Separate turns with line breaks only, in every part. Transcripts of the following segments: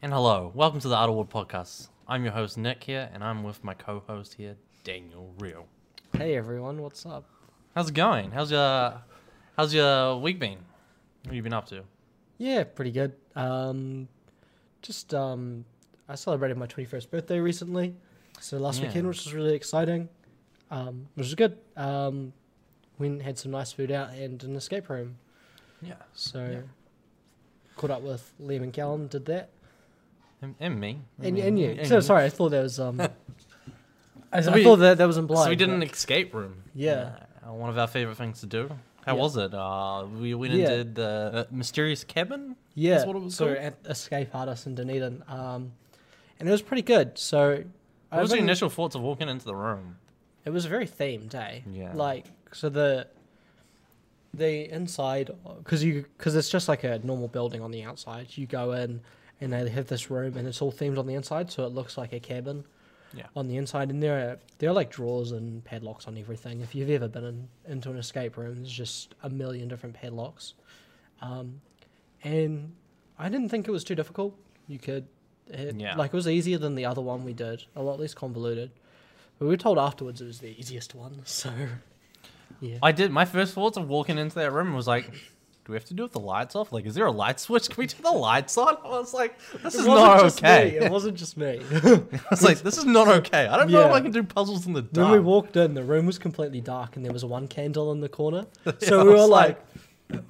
And hello, welcome to the Idlewood Podcast. I'm your host Nick here, and I'm with my co-host here, Daniel Real.
Hey everyone, what's up?
How's it going? How's your How's your week been? What have you been up to?
Yeah, pretty good. Um, just um, I celebrated my 21st birthday recently, so last
Yeah.
weekend, which was really exciting, um, which was good. Um, went and had some nice food out and an escape room.
Yeah,
So caught up with Liam and Callum, did that,
and, Mm-hmm. and me.
and,
me,
and you. So sorry, I thought that was um, I,
So
I
we-
thought that that was implied.
So we did an
but-
escape room.
Yeah.
Uh, one of our favorite things to do. How
Yeah.
was it? Uh, we went and
Yeah.
did the uh, mysterious cabin.
Yeah,
That's what it was
so
called?
at Escape Artist in Dunedin, um, and it was pretty good. So
What was your
been-
initial thoughts of walking into the room?
It was very themed, eh?
Yeah.
Like so the the inside because you because it's just like a normal building on the outside. You go in and they have this room and it's all themed on the inside, so it looks like a cabin.
Yeah.
On the inside, and there are there are like drawers and padlocks on everything. If you've ever been in, into an escape room, there's just a million different padlocks. Um, and I didn't think it was too difficult. You could, it,
Yeah.
like it was easier than the other one we did. A lot less convoluted. We were told afterwards it was the easiest one, so yeah.
I did. My first thoughts of walking into that room was like, do we have to do it with the lights off? Like, is there a light switch? Can we turn the lights on? I was like, this
It
is
wasn't
not
just
okay.
Me. It wasn't just me.
I was like, this is not okay. I don't know if
Yeah.
I can do puzzles in the
when we
dark.
walked in, the room was completely dark, and there was one candle in the corner.
I
So we were
was
like,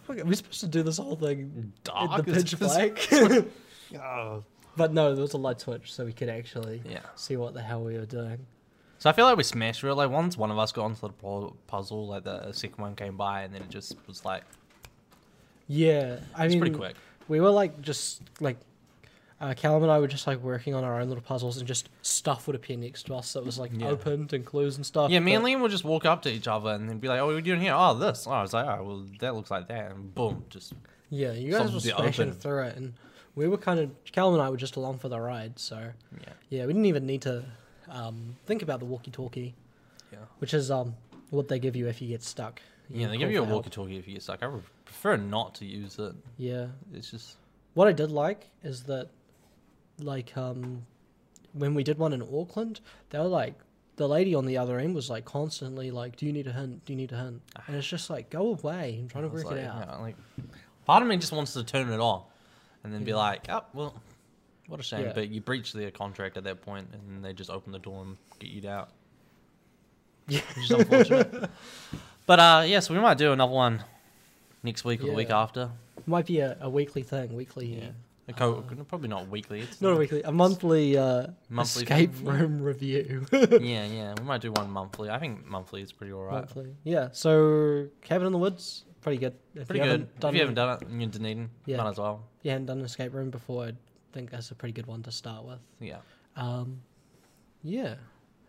"Fuck, "Are we supposed to do this whole thing
Dark?
in the
Is
pitch
this-
black?"
Oh.
but no, there was a light switch, so we could actually
Yeah.
see what the hell we were doing.
So I feel like we smashed real. Like once one of us got onto the pu- puzzle, like the second one came by, and then it just was like,
Yeah, I
it's
mean,
pretty quick.
we were like just like uh, Callum and I were just like working on our own little puzzles, and just stuff would appear next to us that was like
Yeah.
opened and clues and stuff.
Yeah, me
but-
and Liam would just walk up to each other and then be like, "Oh, what are you doing here? Oh, this." Oh, I was like, "Oh, well, that looks like that," and boom, just
Yeah, you guys
Something
were
to
smashing
open.
through it, and we were kind of Callum and I were just along for the ride. So
yeah,
yeah, we didn't even need to um, think about the walkie-talkie,
yeah.
which is um, what they give you if you get stuck.
Yeah,
You can
they give
call
you a
for help.
walkie-talkie if you get stuck. I would prefer not to use it.
Yeah,
It's just
what I did like is that, like um, when we did one in Auckland, they were like the lady on the other end was like constantly like, "Do you need a hint? Do you need a hint?" And it's just like, "Go away! I'm trying to
Ah. I was
work
like,
it out."
yeah, like, part of me just wants to turn it off, and then be
Yeah.
like, "Oh, well, what a shame."
Yeah.
But you breach their contract at that point, and they just open the door and get you out.
Yeah.
which is unfortunate. but uh, yeah, so we might do another one next week or the week
Yeah.
after.
Might be a, a weekly thing, weekly. uh, Um,
Yeah. A co- probably not weekly. It's
Not a weekly, a monthly, uh,
Monthly
escape
thing, yeah.
room review.
Yeah, yeah. We might do one monthly. I think monthly is pretty alright.
Monthly. Yeah, so Cabin in the Woods, pretty good. If
Pretty
you
good.
haven't Done
if you haven't done it, and you're in Dunedin.
Yeah.
Might as well.
you haven't done an escape room before, I think that's a pretty good one to start with.
Yeah.
Um, yeah.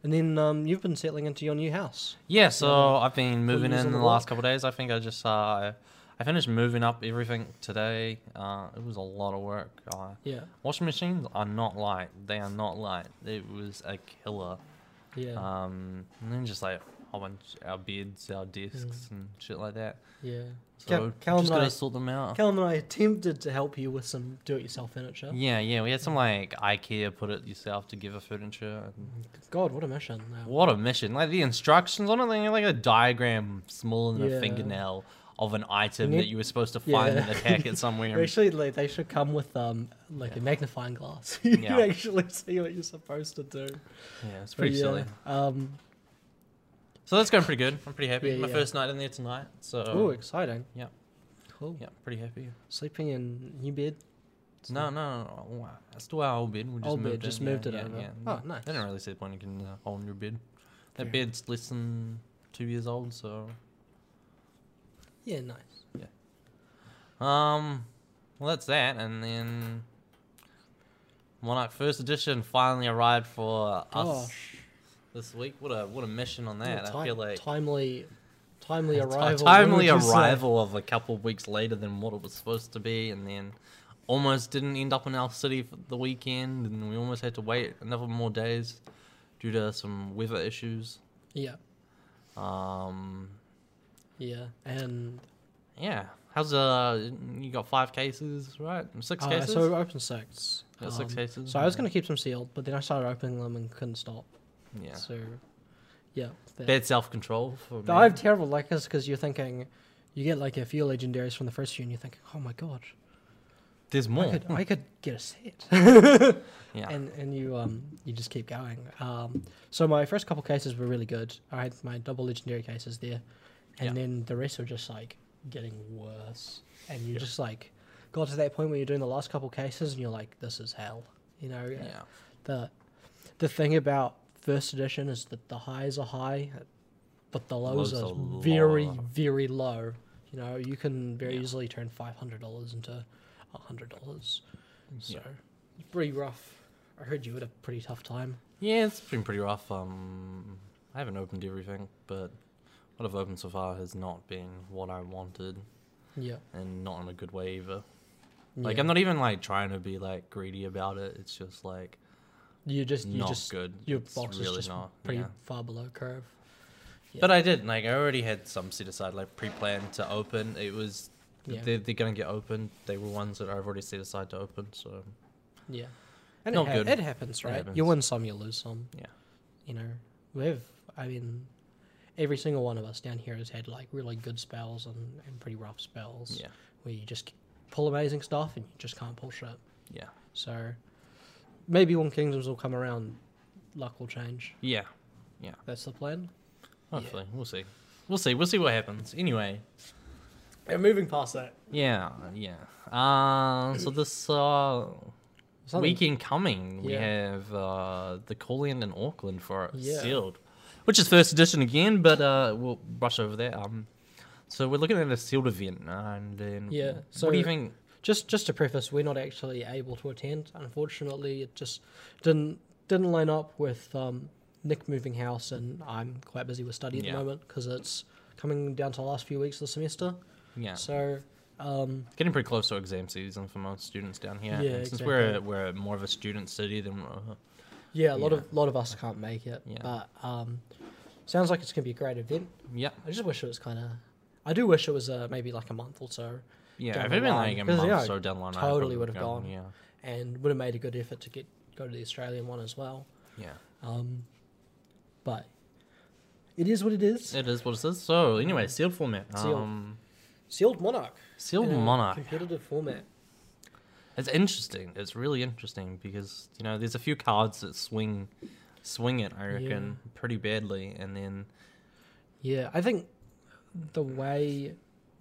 And then um, you've been settling into your new house.
Yeah, so I've been moving
use
in
on
the
the
last
walk.
couple of days. I think I just uh, I finished moving up everything today. Uh, it was a lot of work. Uh,
Yeah,
washing machines are not light. They are not light. It was a killer.
yeah,
Um, and then just like a whole bunch our beds, our desks, and shit like that.
yeah.
So
Cal-
just
Mm. Callum and I-
gotta sort them out.
Uh. Callum and I attempted to help you with some do-it-yourself furniture.
yeah, yeah, we had some like IKEA put it yourself together furniture. And
God, what a mission! uh,
What a mission! Like the instructions on it, they had, like a diagram smaller than a
Yeah.
fingernail of an item
You
that
need-
you were supposed to find in
Yeah.
the packet somewhere. and-
Actually, like, they should come with um, like a magnifying glass. you
Yeah.
can actually see what you're supposed to do.
yeah, it's pretty
But yeah,
silly.
Um,
So that's going pretty good. I'm pretty happy.
Yeah,
My
yeah.
first night in there tonight. So
oh, exciting.
Uh, yeah.
Cool.
yeah, pretty happy.
Sleeping in new bed.
No, no, no, no, wow, it's still our old bed. We just
Old
moved
bed, just
in.
moved
yeah,
it
yeah,
over.
yeah.
Oh, nice.
I didn't really see the point in getting a whole new bed. That
Fair.
bed's less than two years old, so
Yeah, nice.
Um, well, that's that, and then Monarch First Edition finally arrived for us
Gosh.
this week. What a what a mission on
What a
that! I
ti-
feel like
timely, timely
a ti-
arrival. what
timely
would you say?
arrival of a couple of weeks later than what it was supposed to be, and then almost didn't end up in our city for the weekend, and we almost had to wait another more days due to some weather issues.
Yeah,
Um,
yeah, and
yeah, How's uh? You got five cases, right? Six
Uh,
cases.
so we opened six.
Got six
Um,
cases,
So I was
yeah.
going to keep them sealed, but then I started opening them and couldn't stop.
yeah.
So, yeah. that-
Bad self control for me.
I have terrible luckers because you're thinking, you get like a few legendaries from the first few, and you're thinking, oh my god,
There's more.
I could, I could get a set.
yeah.
and and you um you just keep going. Um, so my first couple cases were really good. I had my double legendary cases there, and
Yeah.
then the rest were just like getting worse. And you
Yeah.
just like got to that point where you're doing the last couple cases, and you're like, this is hell. You know,
yeah.
the the thing about first edition is that the highs are high, but the lows,
Lows
are,
are
very
low.
very low. You know, you can very
Yeah.
easily turn five hundred dollars into hundred dollars. So
Yeah.
it's pretty rough. I heard you had a pretty tough time.
Yeah, it's been pretty rough. Um, I haven't opened everything, but what I've opened so far has not been what I wanted,
Yeah.
and not in a good way either. Like I'm not even like trying to be like greedy about it. It's just like
you just you
not
just
good.
your
It's
box is
really
just
not,
pretty
yeah.
far below curve. Yeah.
But I did. Like I already had some set aside, like pre-planned to open. It was
Yeah.
they're, they're gonna get opened. They were ones that I've already set aside to open. So
Yeah. And
Not
it, ha-
good.
it happens,
It
right?
happens.
You win some, you lose some.
yeah,
you know, we've, I mean, every single one of us down here has had like really good spells and, and pretty rough spells
yeah,
where you just pull amazing stuff and you just can't pull shit.
yeah,
So maybe when Kingdoms will come around, luck will change.
yeah.
That's the plan.
Hopefully, we'll see. We'll see. We'll see what happens. Anyway,
And moving past that,
yeah, yeah. Uh, so this uh,
Something-
weekend coming, we
Yeah.
have uh, the Calland in Auckland for it
Yeah.
sealed, which is first edition again, but uh, we'll brush over that. Um, so we're looking at a sealed event, uh, and then
Yeah,
what do you
so-
think?
just just to preface, we're not actually able to attend. Unfortunately, it just didn't didn't line up with um, Nick moving house, and I'm quite busy with study at
Yeah.
the moment because it's coming down to the last few weeks of the semester.
Yeah,
So, um,
It's getting pretty close to exam season for most students down here.
Yeah,
and since we're
exactly.
we're more of a student city than uh,
yeah, a lot
Yeah.
of lot of us can't make it,
Yeah.
but um, sounds like it's gonna be a great event.
yeah
I just wish it was kind of. I do wish it was uh, maybe like a month or so,
yeah.
Down
If
the
it had been
line,
like a
'cause,
month
yeah,
or so down the line, I
totally
probably
would've
gone,
gone.
Yeah,
and would have made a good effort to get go to the Australian one as well.
yeah.
Um, but it is what it is.
It is what it is. So anyway, sealed format.
Mm. Sealed.
Um,
Sealed Monarch.
sealed
in a
monarch.
Competitive format.
It's interesting. It's really interesting because you know there's a few cards that swing, swing it. I reckon pretty badly, and then
Yeah, I think the way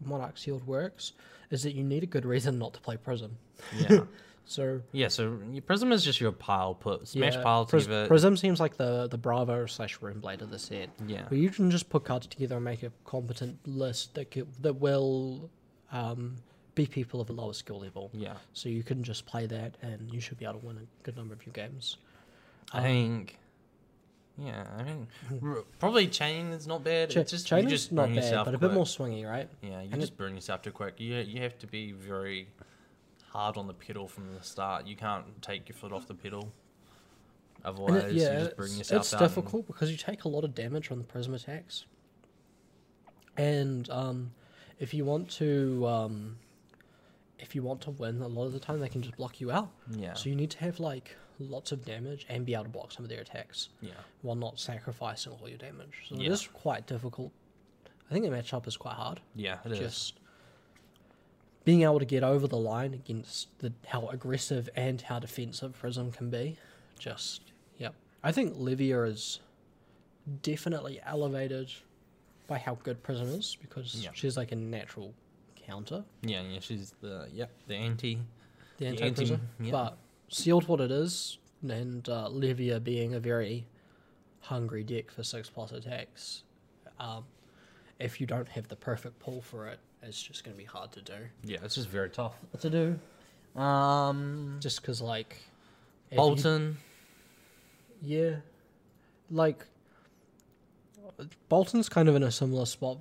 Monarch Sealed works is that you need a good reason not to play Prism.
yeah,
So
yeah. So your prism is just your pile put smash
yeah,
pile
Pris-
together.
Prism seems like the the Bravo slash Room Blade of the set.
Mm, Yeah,
Where you can just put cards together and make a competent list that could, that will um, be people of a lower skill level.
yeah.
So you can just play that, and you should be able to win a good number of your games. Uh-huh.
I think. Yeah, I mean, r- probably chain is not bad.
Mm-hmm. Cha-
it's just
Chain
you
is
just
not
burn
bad,
yourself
but a bit
quick.
more swingy, right?
Yeah, you
and
just burn yourself too quick. You you have to be very hard on the pedal from the start. You can't take your foot off the pedal.
And
Otherwise,
it- yeah,
you just
it's,
bring yourself
it's
down.
difficult because you take a lot of damage on the prism attacks, and um, if you want to, um, if you want to win, a lot of the time they can just block you out.
Yeah,
So you need to have like lots of damage and be able to block some of their attacks
yeah,
while not sacrificing all your damage. So
Yeah.
it is quite difficult. I think the matchup is quite hard.
yeah. It is.
just being able to get over the line against the how aggressive and how defensive Prism can be. Just yep. I think Livia is definitely elevated by how good Prism is because
Yeah.
she's like a natural counter.
Yeah, yeah. She's the yep the anti.
The
The
anti Prism.
anti- yeah.
But sealed what it is, and uh, Livia being a very hungry deck for six plus attacks. Um, if you don't have the perfect pull for it, it's just going to be hard to do.
Yeah, it's just very tough.
to do.
Um,
Just because, like, if you-
Bolton.
yeah, like Bolton's kind of in a similar spot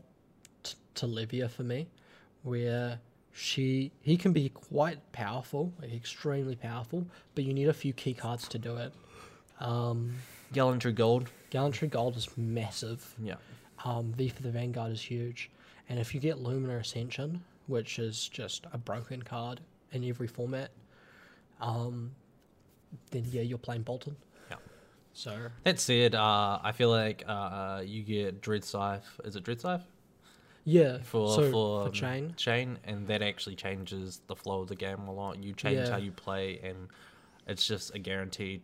t- to Livia for me, where she he can be quite powerful, like extremely powerful, but you need a few key cards to do it. Um,
Gallantry Gold.
Gallantry Gold is massive.
Yeah,
Um, V for the Vanguard is huge, and if you get Luminar Ascension, which is just a broken card in every format, um, then yeah, you're playing Bolton.
Yeah.
So
That said, uh, I feel like uh, you get Dread Scythe. Is it Dread Scythe?
yeah,
For,
so
for,
for
um,
chain,
Chain, and that actually changes the flow of the game a lot. You change
Yeah.
how you play, and it's just a guaranteed.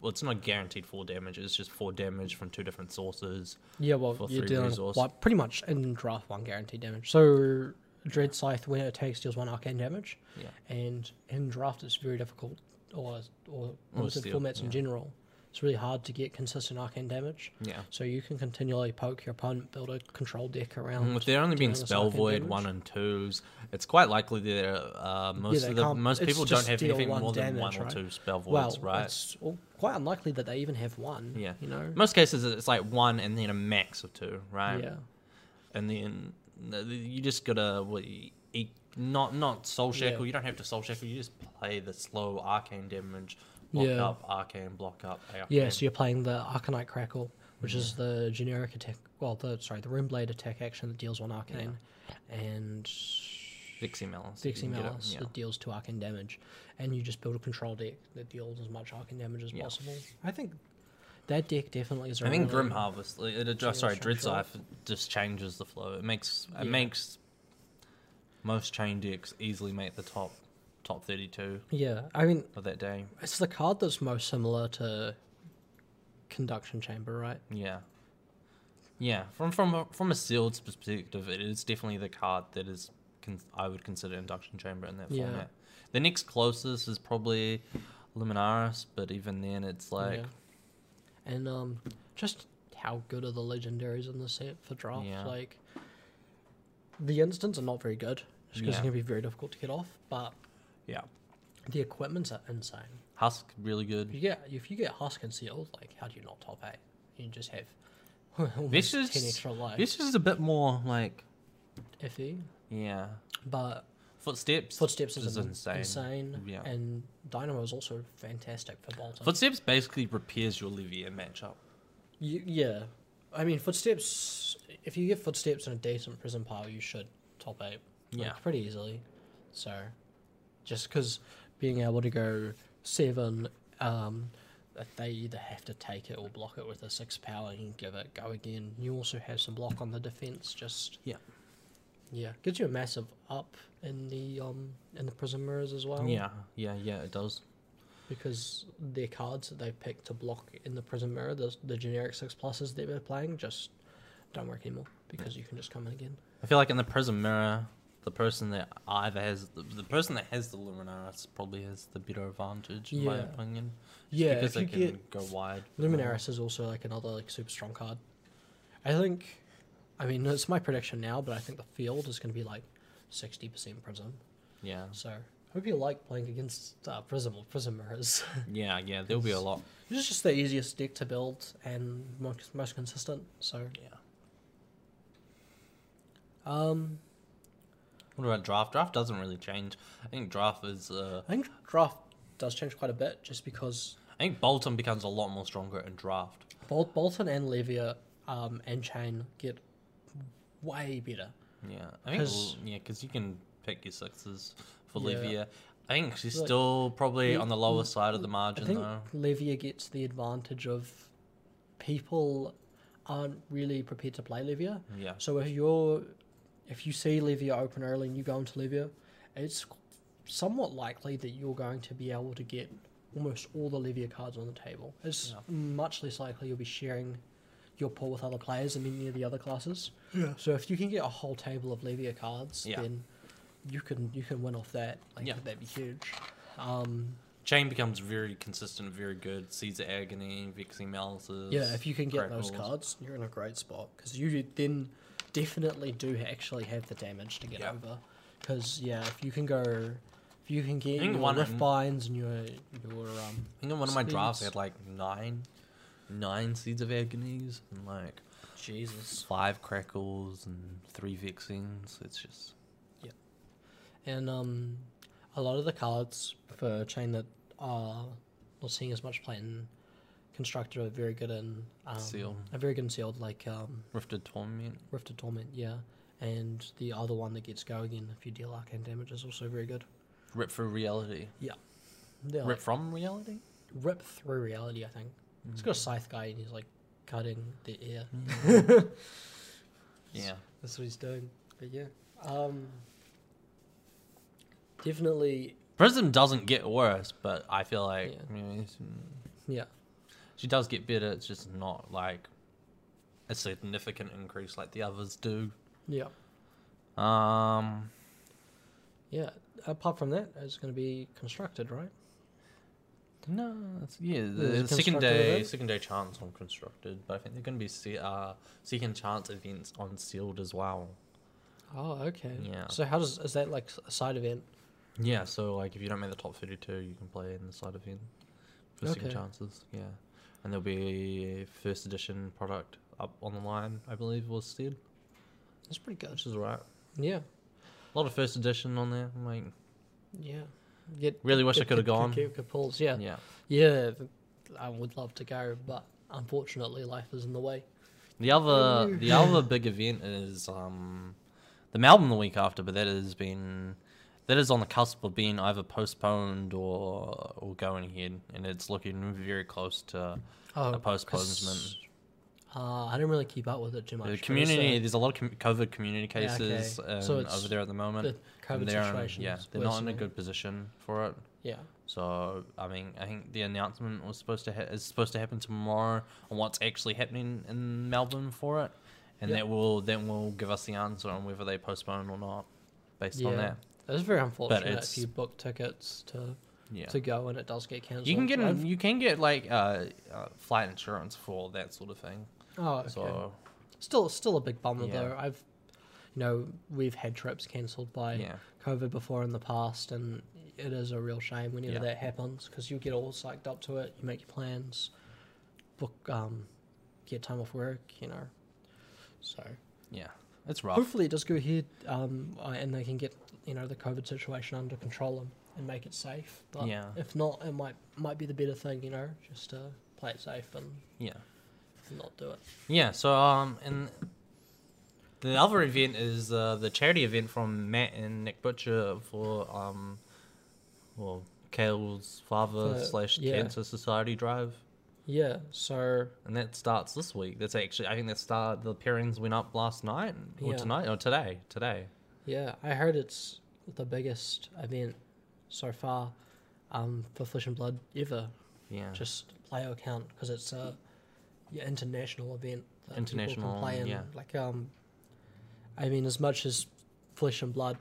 Well, it's not guaranteed four damage. It's just four damage from two different sources.
yeah, well,
for
you're
three
dealing
resource.
like, pretty much in draft one guaranteed damage. So Dread Scythe, when it attacks, deals one arcane damage.
Yeah.
and in draft it's very difficult or or limited
steel,
formats in
yeah.
general it's really hard to get consistent arcane damage
Yeah.
so you can continually poke your opponent build a control deck
And
around
with there Mm, only being
dealing us
spell
arcane
void
damage.
one and twos, it's quite likely that uh, most
they
of the
can't-
most
it's
people don't
just
have
deal
anything
one
more than
damage,
one or
right?
two spell voids,
well
right?
it's well, quite unlikely that they even have one
Yeah.
you know
Most cases, it's like one and then a max of two, right?
yeah
and then th- th- you just gotta what, e- e- not not soul shackle.
Yeah.
You don't have to soul shackle. You just play the slow arcane damage, block
Yeah.
up arcane, block up. Arcane.
yeah so you're playing the arcanite crackle which
Mm.
is the generic attack well the sorry the rim blade attack action that deals one arcane and
Dixie Malice. if
Dixie
you can get it,
Malice
yeah.
that deals two arcane damage, and you just build a control deck that deals as much arcane damage as
Yeah.
possible. I think that deck definitely is. a
I think
really-
Grim Harvest. like, It adjusts. Sorry,
General
Dread
structure.
Scythe just changes the flow. It makes it
Yeah.
makes most chain decks easily make the top top thirty two
Yeah, I mean
of that day.
it's the card that's most similar to Conduction Chamber, right?
Yeah. Yeah, from from a, from a sealed perspective, it is definitely the card that is con- I would consider induction chamber in that
Yeah.
format. The next closest is probably Luminaris, but even then, it's like
Yeah. And um, just how good are the legendaries in the set for draft?
Yeah.
Like the instants are not very good, just because it's
Yeah.
gonna be very difficult to get off. But
yeah,
the equipments are insane.
Husk really good.
You get if you get husk and seal, like how do you not top eight? You just have almost
This
ten
is
extra life.
this is a bit more like
iffy,
yeah,
but
footsteps.
footsteps is, in-
insane.
insane.
Yeah.
and dynamo is also fantastic for Bolton.
Footsteps basically repairs your Livia matchup.
You- yeah, I mean footsteps. If you get footsteps in a decent prison pile, you should top eight. like,
Yeah.
pretty easily. So, just because being able to go seven, um, that they either have to take it or block it with a six power and give it go again. You also have some block on the defense. Just
Yeah.
yeah, gives you a massive up in the um in the prison mirrors as well.
Yeah, yeah, yeah. It does.
because their cards that they pick to block in the prison mirror, the the generic six pluses that they're playing, just don't work anymore because you can just come in again.
I feel like in the prism mirror, the person that either has the, the person that has the luminaris probably has the better advantage in my
Yeah.
opinion. Just
Yeah,
because
if
they
you
can um,
get
go wide.
Luminaris is also like another like super strong card. I think, I mean, it's my prediction now, but I think the field is going to be like sixty percent Prism.
Yeah,
So hope you like playing against uh, Prism or Prism Mirrors.
yeah, yeah. There'll be a lot.
it's just the easiest deck to build and most, most consistent. So
Yeah.
um,
What about draft? Draft doesn't really change. I think draft is. Uh,
I think draft does change quite a bit just because
I think Bolton becomes a lot more stronger in draft.
Bol- Bolton and Levia um, and Chain get way better.
Yeah, I think
'Cause-
yeah, because you can pick your sixes for
Yeah.
Livia. I think she's
Like,
still probably
you-
on the lower side of the
I
margin
think
though.
Levia gets the advantage of people aren't really prepared to play Levia.
Yeah,
So if you're if you see Levia open early and you go into Levia, it's somewhat likely that you're going to be able to get almost all the Levia cards on the table. It's
Yeah.
much less likely you'll be sharing your pool with other players in any of the other classes. Yeah. So if you can get a whole table of Levia cards,
Yeah.
then you can you can win off that. Like
Yeah.
that'd be huge. Um,
Chain becomes very consistent, very good. Caesar Agony, Vixie Malices.
Yeah, if you can get those
Crackles.
cards, you're in a great spot because you then definitely do actually have the damage to get
Yeah.
over. Because yeah, if you can go, if you can get
think
your
one-
rift binds and your your um
I think in one of my drafts I
Speeds.
had like nine, nine seeds of agonies and like
Jesus
five crackles and three vixens. It's just
and um a lot of the cards for chain that are not seeing as much play in constructed are very good in um,
Seal.
Are very good in sealed like um
rifted torment.
Rift of Torment, yeah, and the other one that gets go again if you deal arcane damage is also very good.
Rip through reality.
They're
Rip from reality? Mm.
like, rip through reality, I think. It's got a scythe guy and he's like cutting the air.
Yeah.
That's what he's doing. But yeah, um, definitely,
Prism doesn't get worse, but I feel like
Yeah.
you know, it's-
yeah,
She does get better. It's just not like a significant increase like the others do.
yeah,
Um,
yeah. Apart from that, it's going to be constructed, right?
no, it's- yeah, the
There's a
second
constructed
day,
event?
second day chance on constructed, but I think they're going to be se- uh, second chance events on sealed as well.
Oh, okay.
Yeah.
So how does is that like a side event?
Yeah, so like if you don't make the top thirty-two, you can play in the side event for second
Okay.
chances. Yeah, and there'll be a first edition product up on the line, I believe was said,
That's pretty good.
which is right.
Yeah,
A lot of first edition on there. I'm like,
yeah. Get,
really wish I
get-
could have
get-
gone.
get- get pulls. Yeah.
yeah.
yeah, th- I would love to go, but unfortunately, life is in the way.
The other
Ooh.
the other big event is um, the Melbourne the week after, but that has been that is on the cusp of being either postponed or or going ahead, and it's looking very close to
Oh,
a postponement.
'cause, Uh, I don't really keep up with it too much.
The
but it's,
community,
uh,
there's a lot of com- COVID community
Yeah, okay.
cases um,
So it's
over there at the moment.
the COVID
and they're in-
situation.
yeah,
is
they're not in a
worsening.
good position for it.
Yeah.
So I mean, I think the announcement was supposed to ha- is supposed to happen tomorrow on what's actually happening in Melbourne for it, and
Yeah.
that will then will give us the answer on whether they postpone or not, based on
Yeah.
that.
It's very unfortunate
it's-
if you book tickets to
Yeah,
to go and it does get cancelled.
you can get
I've-
you can get like uh, uh, flight insurance for that sort of thing.
oh, okay.
So
still still a big bummer
Yeah.
though. I've you know we've had trips cancelled by
yeah,
COVID before in the past, and it is a real shame whenever
Yeah.
that happens because you get all psyched up to it, you make your plans, book um, get time off work, you know. So
yeah, it's rough.
hopefully it does go ahead, um, uh, and they can get you know the COVID situation under control and, and make it safe. But
Yeah.
if not, it might might be the better thing, you know, just to play it safe and
Yeah,
not do it.
yeah. So um, and the other event is uh, the charity event from Matt and Nick Butcher for um, well, Kale's father
For-
slash
yeah.
Cancer Society drive,
Yeah. So
and that starts this week. That's actually I think that start the pairings went up last night or
Yeah.
tonight or today today.
yeah, I heard it's the biggest event so far um, for Flesh and Blood ever.
Yeah,
Just player account because it's a yeah, international event. That people
International,
can play in.
yeah.
Like um, I mean, as much as Flesh and Blood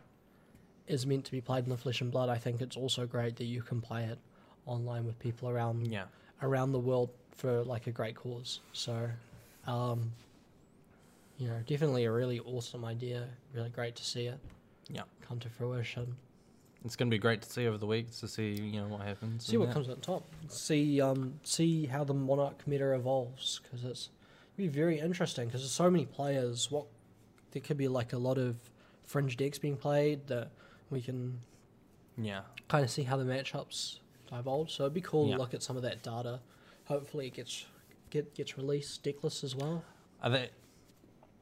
is meant to be played in the Flesh and Blood, I think it's also great that you can play it online with people around
yeah,
around the world for like a great cause. So, um, you know, definitely a really awesome idea. Really great to see it.
Yeah.
Come to fruition.
it's gonna be great to see over the weeks to see you know what happens.
See
and
what
that.
comes on top. See, um, see how the Monarch meta evolves because it's it'll be very interesting because there's so many players. What there could be like a lot of fringe decks being played that we can
Yeah,
kind of see how the matchups evolve. So it'd be cool
Yeah.
to look at some of that data. Hopefully, it gets get gets released deck lists as well.
I think.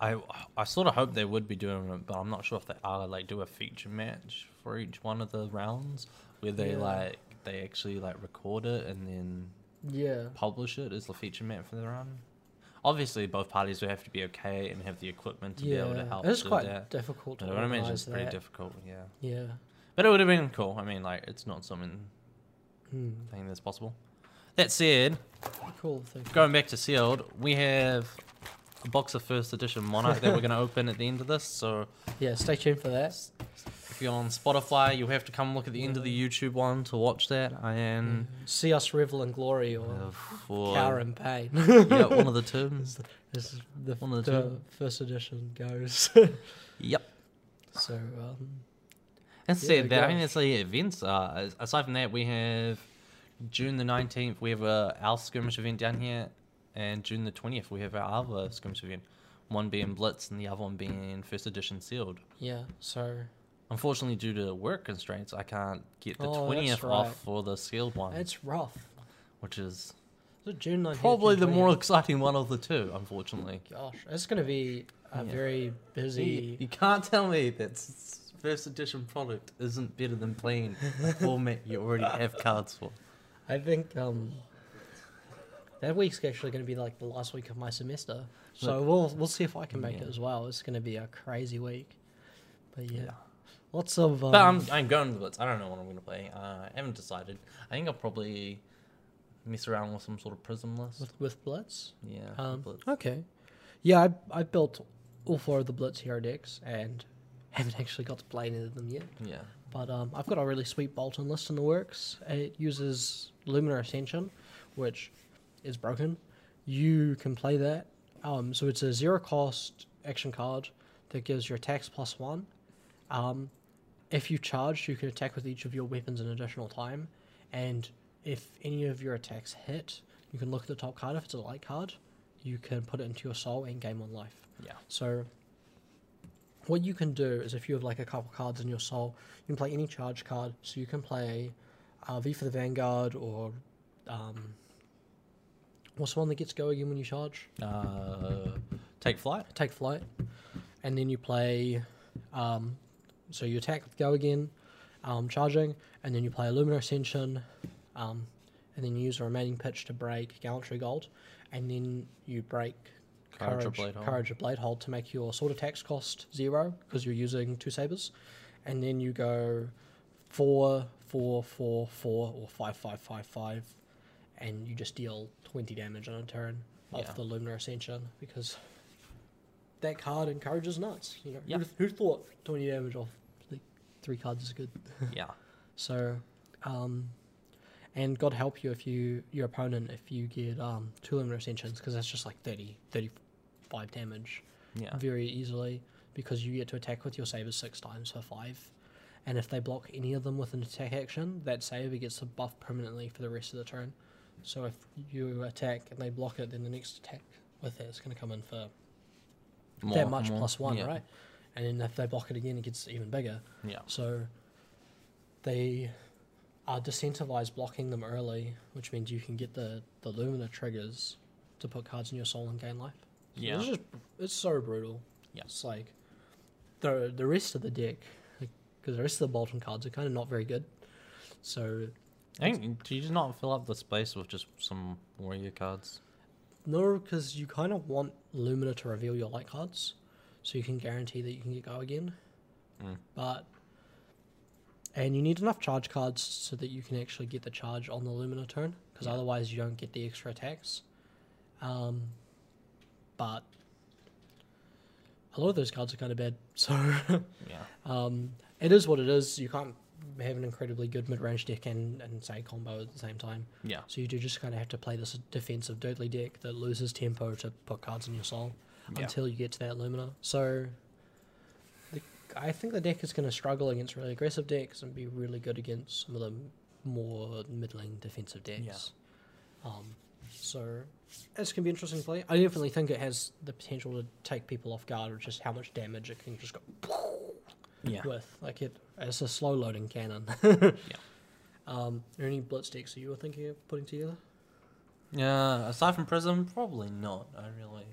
I, I sort of hope they would be doing it, but I'm not sure if they are. Like, do a feature match for each one of the rounds where they
Yeah.
like they actually like record it and then
Yeah.
publish it as the feature map for the run. Obviously, both parties would have to be okay and have the equipment to be able to help.
It's
do
quite
that.
difficult
But
to
I would imagine it's
organize
pretty
that.
difficult, yeah.
yeah.
But it would have been cool. I mean, like, it's not something
Hmm.
thing that's possible. That said,
Cool thing.
going back to sealed, we have a box of first edition Monarch that we're going to open at the end of this. So
Yeah, stay tuned for that.
if you're on Spotify, you'll have to come look at the end of
Mm.
the YouTube one to watch that. And
See us revel in glory or
uh, for
cower in pain.
yeah, one of the two.
this is the,
One of the
the
two.
first edition goes.
Yep.
so, um,
And
Yeah,
said that, I mean,
gosh.
it's the events. Uh, as- aside from that, we have June the 19th, we have a our skirmish event down here, and June the 20th, we have our other skirmish event, one being Blitz and the other one being First Edition Sealed.
yeah, so
Unfortunately, due to work constraints, I can't get the
Oh, that's
20th
right.
off for the Sealed one,
it's rough.
which is
Is it June 19th?
probably the
June
more
20th?
exciting one of the two, unfortunately.
Gosh, it's going to be a
Yeah.
very
You,
busy.
you can't tell me that s- first edition product isn't better than playing a format you already have cards for.
I think um, that week's actually going to be like the last week of my semester, so we'll we'll see if I can make
Yeah.
it as well. It's going to be a crazy week, but yeah, Um, lots of. Um,
But I'm, I'm going to the Blitz. I don't know what I'm going to play. Uh, I haven't decided. I think I'll probably mess around with some sort of prism list.
with, with Blitz.
Yeah, the
Um,
Blitz.
okay, yeah, I I built all four of the Blitz hero decks and haven't actually got to play any of them yet.
Yeah.
But um, I've got a really sweet Bolton list in the works. It uses Luminar Ascension, which is broken. You can play that. Um, so it's a zero cost action card that gives your attacks plus one. Um, if you charge, you can attack with each of your weapons an additional time. And if any of your attacks hit, you can look at the top card. If it's a light card, you can put it into your soul and gain one life.
Yeah.
So what you can do is if you have like a couple cards in your soul, you can play any charge card. So you can play uh, V for the Vanguard or um, what's the one that gets go again when you charge?
Uh, take flight.
Take flight, and then you play. Um, so you attack with go again, um, charging, and then you play Illumina Ascension, um, and then you use a remaining pitch to break Gallantry Gold, and then you break
Courage or
Courage,
Blade Hold.
Courage or Blade Hold to make your sword attacks cost zero because you're using two sabers, and then you go four, four, four, four, or five, five, five, five, and you just deal twenty damage on a turn off
Yeah.
the Lunar Ascension because that card encourages nuts. You know,
Yeah.
who, who thought twenty damage off like three cards is good?
Yeah.
So, um, and God help you if you your opponent if you get um, two lunar ascensions because that's just like 30, 35 damage
Yeah.
very easily because you get to attack with your saber six times for five, and if they block any of them with an attack action, that saber gets a buff permanently for the rest of the turn. So if you attack and they block it, then the next attack with it is going to come in for
More-
that much
more-
plus one,
yeah,
right? And then if they block it again, it gets even bigger.
Yeah.
So they are disincentivized blocking them early, which means you can get the, the Lumina triggers to put cards in your soul and gain life. So
Yeah.
It's just it's so brutal.
Yeah.
It's like the the rest of the deck, because the rest of the Bolton cards are kind of not very good. So
I think, do you just not fill up the space with just some warrior cards?
no, because you kind of want Lumina to reveal your light cards, so you can guarantee that you can get go again.
Mm.
But and you need enough charge cards so that you can actually get the charge on the Lumina turn, because
Yeah.
otherwise you don't get the extra attacks. Um, but a lot of those cards are kind of bad, so
Yeah.
um, it is what it is. You can't have an incredibly good mid range deck and, and say combo at the same time.
Yeah.
So you do just kind of have to play this defensive dirtly deck that loses tempo to put cards in your soul
Yeah.
until you get to that Lumina. So the, I think the deck is going to struggle against really aggressive decks and be really good against some of the more middling defensive decks. Um, so it's going to be interesting to play. I definitely think it has the potential to take people off guard with just how much damage it can just go
Yeah.
with. Like it, it's a slow loading cannon. Um, are there any blitz decks that you were thinking of putting together?
Yeah. Aside from prism, probably not. I really.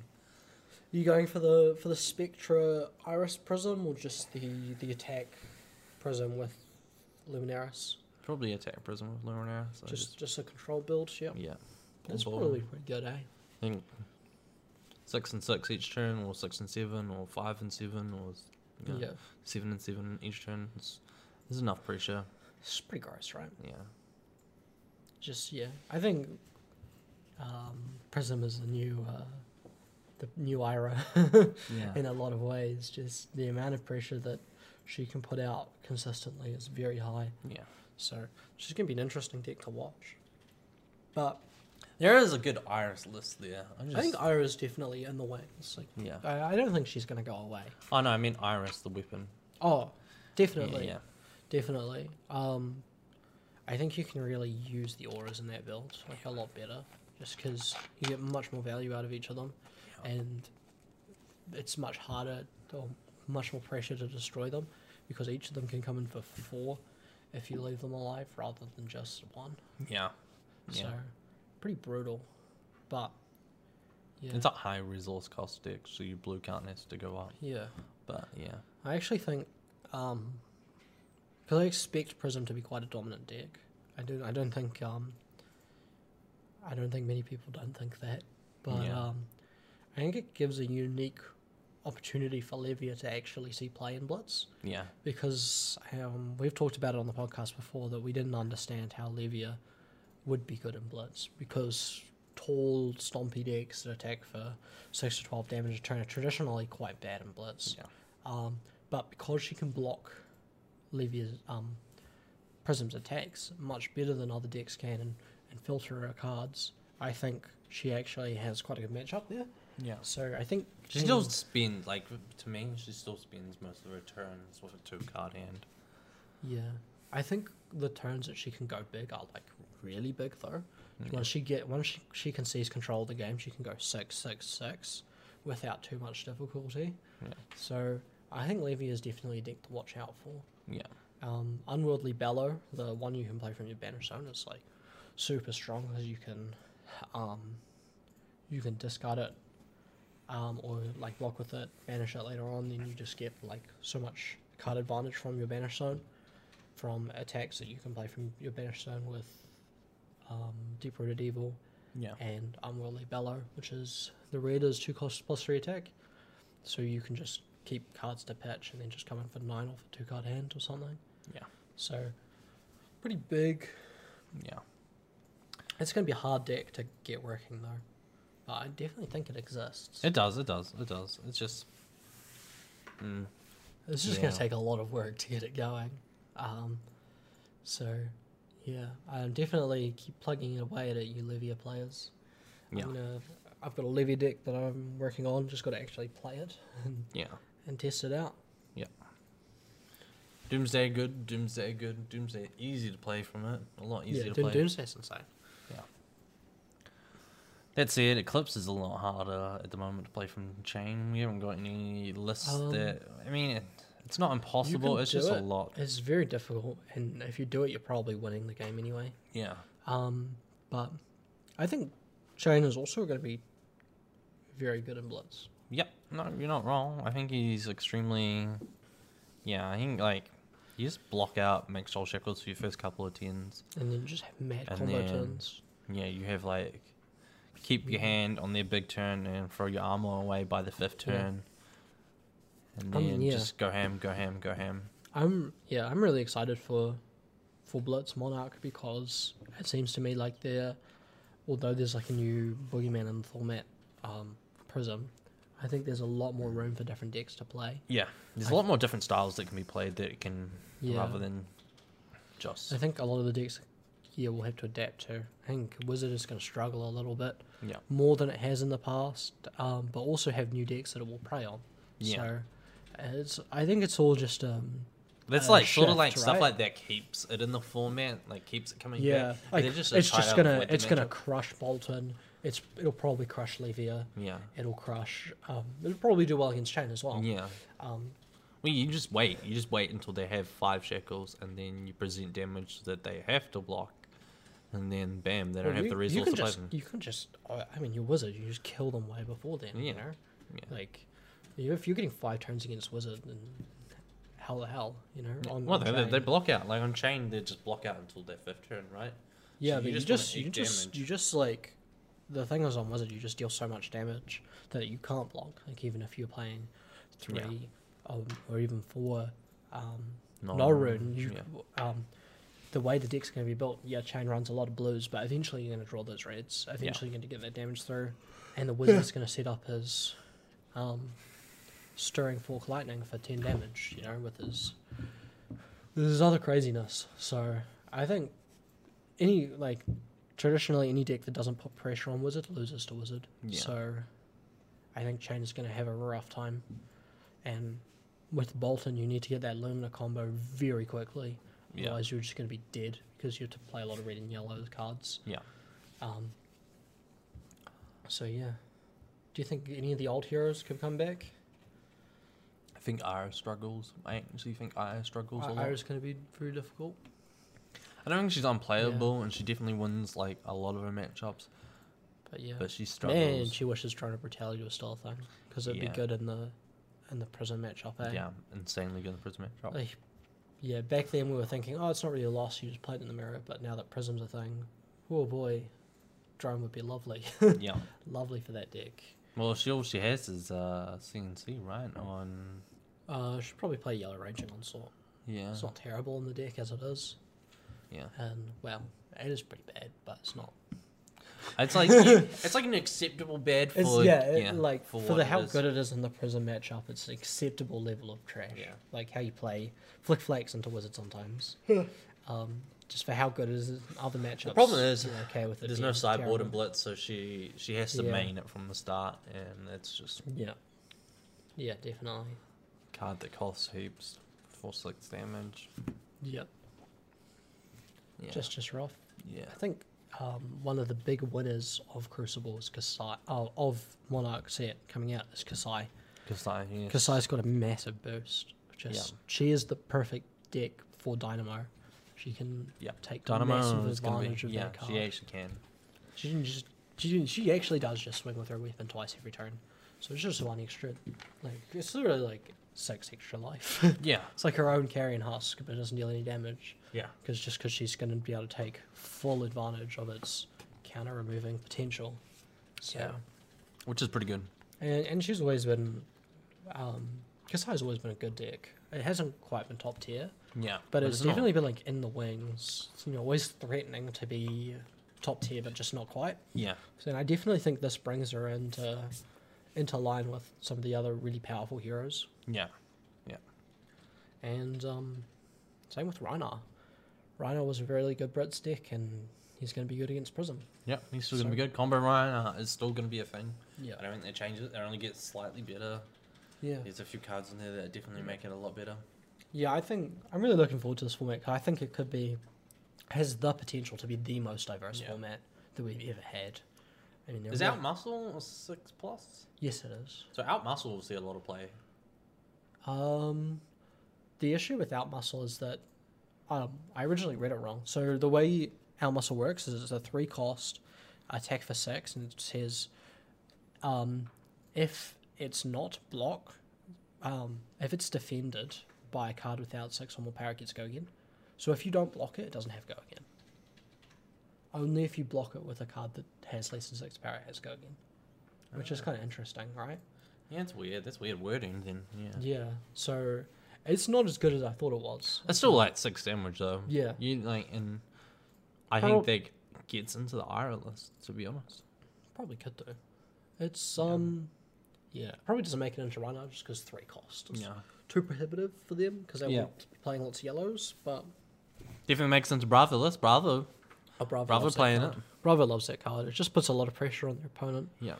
you going for the for the Spectra Iris Prism or just the the attack prism with Luminaris?
Probably attack prism with Luminaire. So
just just a control build, yeah.
yeah.
That's
Boom, boom.
probably pretty good, eh?
I think six and six each turn, or six and seven, or five and seven, or s- you know,
Yeah.
seven and seven each turn. It's, there's enough pressure.
It's pretty gross, right?
Yeah.
Just yeah. I think um, Prism is the new uh, the new Ira
Yeah.
in a lot of ways. Just the amount of pressure that she can put out consistently is very high.
yeah.
So she's gonna be an interesting deck to watch. But
There is a good iris list there. i just,
I think Ira's definitely in the way. It's like
Yeah.
I, I don't think she's going to go away.
Oh no, I mean iris, the weapon.
Oh,
Yeah,
definitely,
yeah.
definitely. Um, I think you can really use the auras in that build like a lot better, just because you get much more value out of each of them,
Yeah.
and it's much harder or much more pressure to destroy them because each of them can come in for four if you leave them alive rather than just one.
Yeah. Yeah.
So pretty brutal. But Yeah.
It's a high resource cost deck, so your blue count has to go up.
yeah.
But yeah,
I actually think, um, because I expect Prism to be quite a dominant deck. I do. I don't think. Um, I don't think many people don't think that, but
Yeah.
um, I think it gives a unique opportunity for Levia to actually see play in Blitz
yeah,
because um, we've talked about it on the podcast before that we didn't understand how Levia would be good in Blitz because tall, stompy decks that attack for 6 to 12 damage are tra- traditionally quite bad in Blitz.
Yeah.
Um, but because she can block Levia's um, Prism's attacks much better than other decks can and, and filter her cards, I think she actually has quite a good matchup there.
yeah.
So I think
She still spins like to me. She still spins most of her turns with a two card hand.
Yeah. I think the turns that she can go big are like really big though.
Yeah.
Once she get once she, she can seize control of the game, she can go six six six without too much difficulty.
Yeah.
So I think Levy is definitely a deck to watch out for.
Yeah,
Um, Unworldly Bellow, the one you can play from your banner zone, is like super strong because you can, um, you can discard it, um, or like block with it, banish it later on. Then you just get like so much card advantage from your banner zone, from attacks that you can play from your banner zone with, um, Deep Rooted Evil
yeah,
and Unworldly Bellow, which is the Raider's two cost plus three attack. So you can just keep cards to patch and then just come in for nine off a two card hand or something.
Yeah.
So pretty big.
yeah.
It's going to be a hard deck to get working though. But I definitely think it exists.
It does. It does. It does. It's just. Mm,
it's just going
yeah.
to take a lot of work to get it going. Um, so yeah, I definitely keep plugging away at it, you Livia players.
yeah,
I'm gonna, I've got a Livia deck that I'm working on, just got to actually play it and
yeah.
and test it out.
Doomsday good. Doomsday good. Doomsday easy to play from it. A lot easier
yeah,
to
Doom,
play.
Doomsday's insane.
That's it. Eclipse is a lot harder at the moment to play from chain. We haven't got any lists
Um,
that. I mean, it, it's not impossible.
can
It's
do
just a
it.
lot.
It's very difficult, and if you do it, you're probably winning the game anyway.
Yeah.
Um, but I think Chain is also going to be very good in Blitz.
Yep. No, you're not wrong. I think he's extremely. Yeah, I think like you just block out make soul shackles for your first couple of tens.
And then just have mad
And
combo
then-
turns.
Yeah, you have like keep your hand on their big turn and throw your armor away by the fifth
Yeah.
turn. And
Um,
then
yeah.
just go ham, go ham, go ham.
I'm yeah, I'm really excited for for Blitz Monarch because it seems to me like they're although there's like a new boogeyman in the format, um, Prism, I think there's a lot more room for different decks to play.
Yeah, there's a
I-
lot more different styles that can be played that can
Yeah.
rather than just
I think a lot of the decks yeah will have to adapt to. I think Wizard is going to struggle a little bit
yeah
more than it has in the past, um, but also have new decks that it will prey on.
yeah.
So it's I think it's all just um,
That's
uh,
like sort of
shift,
like stuff
right?
like that keeps it in the format, like keeps it coming
yeah,
back.
like,
They're just a
it's
try
just
out of
gonna
what the
it's gonna
matchup-
crush Bolton. It's it'll probably crush Levia.
yeah
It'll crush. Um, it'll probably do well against Chain as well.
yeah.
Um,
Well, you just wait. You just wait until they have five shekels, and then you present damage that they have to block, and then bam, they don't
well,
have
you,
the
you
resource
can
to play
just,
them.
You can just. uh, I mean, your wizard. You just kill them way before then.
Yeah.
You know,
Yeah.
like you- if you're getting five turns against wizard, then hell the hell, you know. On,
well,
on
they, they, they
Chain.
block out like on chain. They just block out until their fifth turn, right?
Yeah,
so
but
you
you
just wanna
just you
eat
just
damage.
you just like the thing is on wizard. You just deal so much damage that you can't block. Like even if you're playing three um, or even four um, Norun, you
yeah.
um, the way the deck's going to be built, yeah, chain runs a lot of blues, but eventually you're going to draw those reds. Eventually you're going to get that damage through, and the wizard's going to set up his um, stirring fork lightning for ten damage. You know, with his with his other craziness. So I think any like traditionally any deck that doesn't put pressure on wizard loses to wizard.
Yeah.
So I think chain is going to have a rough time, and with Bolton, you need to get that Lumina combo very quickly.
Yeah.
Otherwise, you're just going to be dead because you have to play a lot of red and yellow cards.
Yeah.
Um, so, yeah. Do you think any of the old heroes could come back?
I think Ira struggles. I actually think Ira struggles a
I-
lot.
Ira's going to be very difficult.
I don't think she's unplayable, and she definitely wins like a lot of her matchups.
But But yeah,
but she struggles.
man, she wishes trying to retaliate was still a thing because it'd
Yeah.
be good in the in the prison matchup. Eh?
Yeah, insanely good in the prison matchup.
Like, yeah, back then we were thinking, oh, it's not really a loss. You just play it in the mirror. But now that prism's a thing, oh boy, drone would be lovely,
yeah.
lovely for that deck.
Well, she all she has is uh CNC, right? On
Uh, should probably play Yellow Ranging on Sort.
yeah,
It's not terrible in the deck as it is,
yeah.
and well, it is pretty bad, but it's not.
It's like it's like an acceptable bed for
It's, yeah, it-
yeah,
like for,
what
the
it
how
is.
good it is in the prism matchup, it's an acceptable level of trash.
Yeah.
Like how you play flick flakes into wizard sometimes. um, just for how good it is in other matchups.
problem is,
you're okay with it.
There's no
being
sideboard in
terrible.
Blitz, so she she has to
Yeah.
main it from the start, and it's just
Yeah. Yeah, definitely.
a card that costs heaps, four six damage.
Yep.
Yeah,
Just just rough.
yeah,
I think um, one of the big winners of Crucible is Kasai. Oh, of Monarch set coming out is Kasai.
because I yeah,
Kasai's got a massive boost. Just she is the perfect deck for Dynamo. She can
yeah.
take
Dynamo
massive
is gonna
advantage
be
of
yeah.
that card.
She actually can.
She can just she, she actually does just swing with her weapon twice every turn. So it's just one extra like it's literally like six extra life.
Yeah,
it's like her own carrying husk, but it doesn't deal any damage.
yeah,
Because just because she's going to be able to take full advantage of its counter removing potential. So,
Yeah. which is pretty good.
and, and she's always been, um, Kasai's always been a good deck. It hasn't quite been top tier,
Yeah,
but it's,
not.
definitely been like in the wings. You know, always threatening to be top tier, but just not quite.
yeah,
So and I definitely think this brings her into into line with some of the other really powerful heroes.
yeah,
And um, same with Reiner. Reiner was a really good Brits deck, and he's going to be good against Prism.
yeah. He's still gonna be
So-
good. Combo Ryan uh, is still gonna be a thing.
Yeah.
I don't think they change it. It only gets slightly better.
Yeah.
There's a few cards in there that definitely make it a lot better.
Yeah, I think I'm really looking forward to this format 'cause I think it could be has the potential to be the most diverse
Yeah.
format that we've ever had. I mean, there
Is
are-
out muscle a six plus?
Yes, it is.
So out muscle will see a lot of play.
Um, the issue with out muscle is that um, I originally read it wrong. So the way out muscle works is it's a three cost attack for six, and it says um, if it's not block, um, if it's defended by a card without six or more power, it gets go again. So if you don't block it, it doesn't have go again. Only if you block it with a card that has less than six power, it has go again. Which is kind of interesting, right?
Yeah, it's weird. That's weird wording. Then yeah,
Yeah. So it's not as good as I thought it was.
that's still like six damage though.
Yeah.
you like and I
How-
think that gets into the IRA list to be honest.
Probably could do. It's um, yeah. Probably doesn't make it into runner just because three cost. It's
Yeah,
Too prohibitive for them because they
Yeah.
want to be playing lots of yellows. But
definitely makes into Bravo list. Bravo,
oh, Bravo,
Bravo
loves that
playing it.
card. Bravo loves that card. It just puts a lot of pressure on their opponent
Yeah,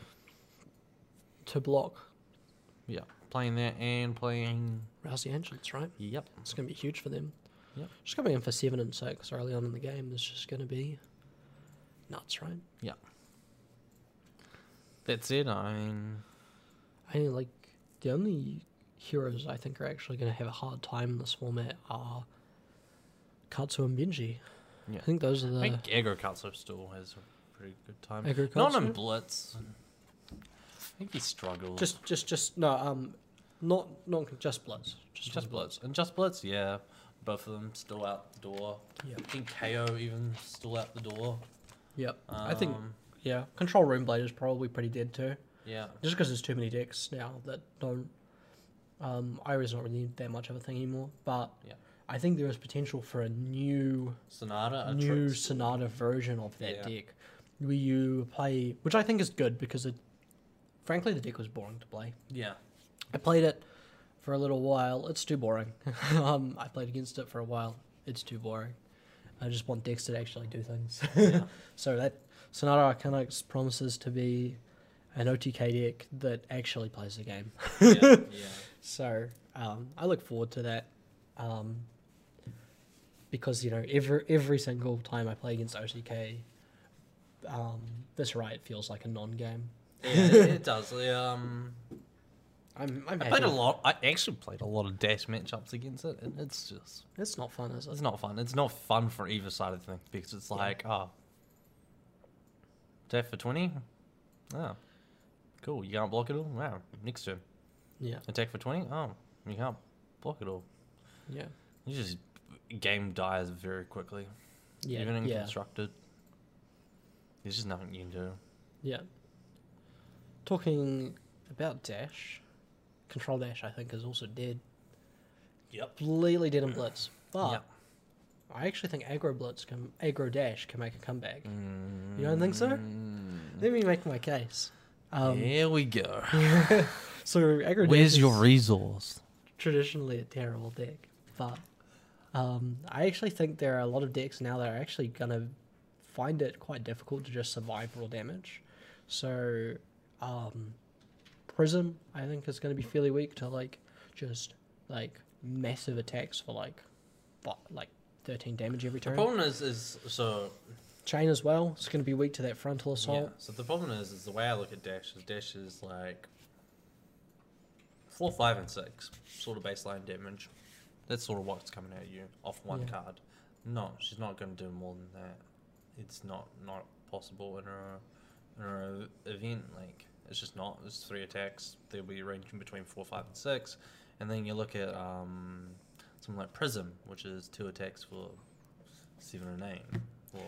to block
yeah, playing that and playing.
rouse the ancients. Right.
Yep.
It's gonna be huge for them.
Yep.
Just coming in for seven and six early on in the game is just gonna be nuts, right?
Yeah. That's it. I mean,
I mean, like the only heroes I think are actually going to have a hard time in this format are Katsu and Benji.
Yeah.
I think those are the.
I think Agrokatsu still has a pretty good time.
Aggro
Not on
Katsu?
Blitz. I think he struggles.
Just, just, just no. Um, not not just Bloods. Just,
Just
Bloods.
Blitz. And Just Blitz, yeah. Both of them still out the door.
Yep.
I think KO even still out the door.
Yep. I think
Um,
yeah. Control Room Blade is probably pretty dead too,
Yeah.
just because there's too many decks now that don't. Um, Ira's not really that much of a thing anymore, but
Yeah.
I think there is potential for a new
Sonata. a
new
Trix-
Sonata version of that
uh, Yeah.
deck, where you play, which I think is good because it, frankly, the deck was boring to play.
Yeah.
I played it for a little while. It's too boring. um, I played against it for a while. It's too boring. I just want decks that actually do things. so that Sonata Arcanix promises to be an OTK deck that actually plays the game.
Yeah. yeah.
So um, I look forward to that, um, because you know every every single time I play against OTK, um, this riot feels like a non-game.
Yeah, it, it does. Yeah, um,
I'm I'm
I
happy.
played a lot. I actually played a lot of dash matchups against it, and it's just
It's not fun, is it?
it's not fun. It's not fun for either side of the thing because it's like, oh, death for twenty, Oh, cool. You can't block it all? Wow. Next turn.
Yeah.
Attack for 20? Oh, you can't block it all.
Yeah.
You just. Game dies very quickly.
Yeah.
Even in
yeah.
constructed. There's just nothing you can do.
Yeah. Talking about Dash, Control Dash, I think, is also dead.
Yep.
Completely dead in Blitz. But
Yep.
I actually think Aggro Blitz can, Aggro Dash can make a comeback.
Mm.
You don't think so? Let me make my case. Um,
Here we go.
So Aggro Dash.
Where's
is
your resource?
traditionally a terrible deck, but um, I actually think there are a lot of decks now that are actually gonna find it quite difficult to just survive raw damage. So um, Prism, I think, is gonna be fairly weak to like just like massive attacks for like what, like thirteen damage every
The
turn.
problem is, is so
Chain as well. It's gonna be weak to that frontal assault.
yeah. So the problem is, is the way I look at Dash is Dash is like four, five, and six sort of baseline damage. That's sort of what's coming at you off one
Yeah.
card. No, she's not going to do more than that. It's not not possible in her in her event. Like it's just not. It's three attacks. They'll be ranging between four, five, and six. And then you look at um, something like Prism, which is two attacks for seven and eight,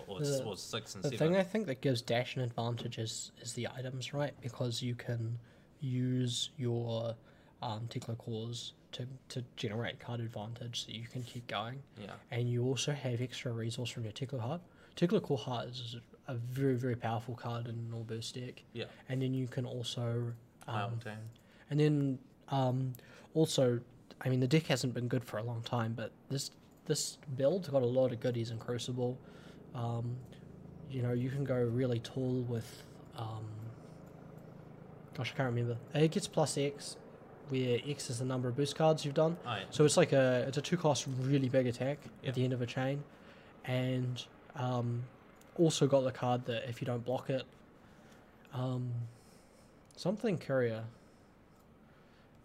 or, or,
The-
or six and
The
seven.
thing I think that gives Dash an advantage is, is the items, right? Because you can use your um, Tickler Claws to, to generate card advantage so you can keep going.
yeah.
And you also have extra resource from your Tickler Heart. Tickler Claw Heart is a very, very powerful card in an all burst deck.
Yeah.
And then you can also.
High
Um,
octane.
and then um, also, I mean, the deck hasn't been good for a long time, but this this build got a lot of goodies in Crucible. Um, you know, you can go really tall with. Um, gosh, I can't remember. It gets plus X, where X is the number of boost cards you've done.
Aye.
So it's like a it's a two cost really big attack
Yeah.
at the end of a chain, and um, also got the card that if you don't block it, um, something courier.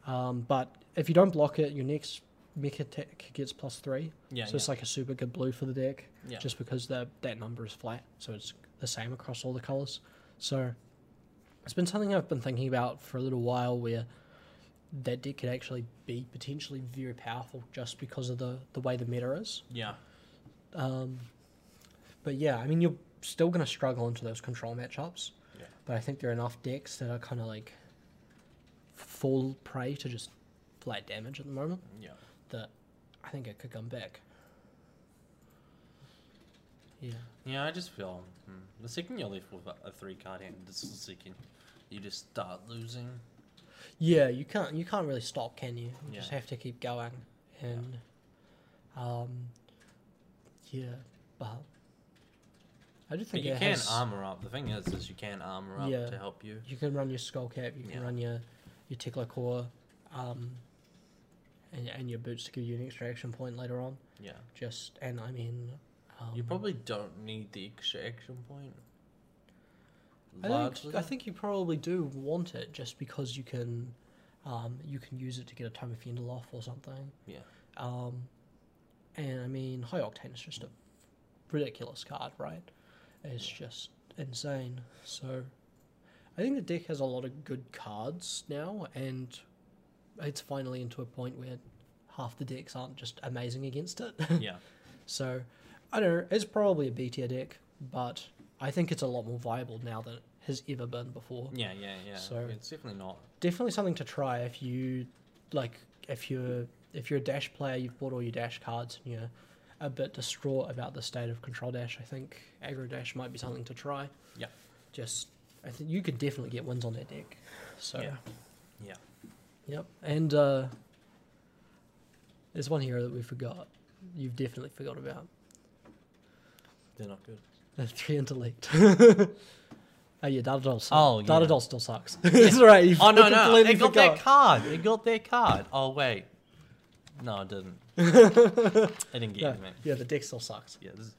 Um, but if you don't block it, your next mech attack gets plus three,
Yeah.
so it's like a super good blue for the deck,
yeah.
just because that that number is flat, so it's the same across all the colors. So it's been something I've been thinking about for a little while, where that deck could actually be potentially very powerful just because of the the way the meta is.
yeah.
Um, but yeah, I mean, you're still going to struggle into those control matchups.
Yeah.
But I think there are enough decks that are kind of like fall prey to just flat damage at the moment
Yeah.
that I think it could come back. Yeah.
Yeah. I just feel mm, the second you're left with a, a three card hand, this is the second you just start losing.
Yeah, you can't you can't really stop, can you? You
Yeah.
just have to keep going, and um, yeah, but I do
But
think
you
it
can um,
has-
armor up. The thing is, is you can armor up
Yeah.
to help you.
You can run your skull cap. You can
Yeah.
run your your tickler core, um, and and your boots to give you an extra action point later on.
Yeah.
Just and I mean, um,
You probably don't need the extra action point.
I think,
Largely.
I think you probably do want it just because you can, um, you can use it to get a time of Fendel off or something.
Yeah.
Um, and I mean, High Octane is just a ridiculous card, right? It's just insane. So, I think the deck has a lot of good cards now, and it's finally into a point where half the decks aren't just amazing against it.
Yeah.
So, I don't know. It's probably a B tier deck, but I think it's a lot more viable now than it has ever been before.
Yeah. Yeah. Yeah.
So-
it's definitely not.
Definitely something to try if you like. If you're if you're a dash player, you've bought all your dash cards, and you're a bit distraught about the state of control dash. I think aggro dash might be something to try.
Yeah.
Just I think you could definitely get wins on that deck. So.
Yeah. Yeah.
Yep. And uh, there's one hero that we forgot. You've definitely forgot about.
They're not good.
The three interlinked. oh yeah, Dardadol sucks.
Oh, yeah.
Dardadol still sucks. it's alright. You
Oh no no!
completely
It got
forgot.
that card. It got that card. Oh wait. No, it didn't. I didn't get
No,
you, mate.
yeah, the deck still sucks.
Yeah, this is,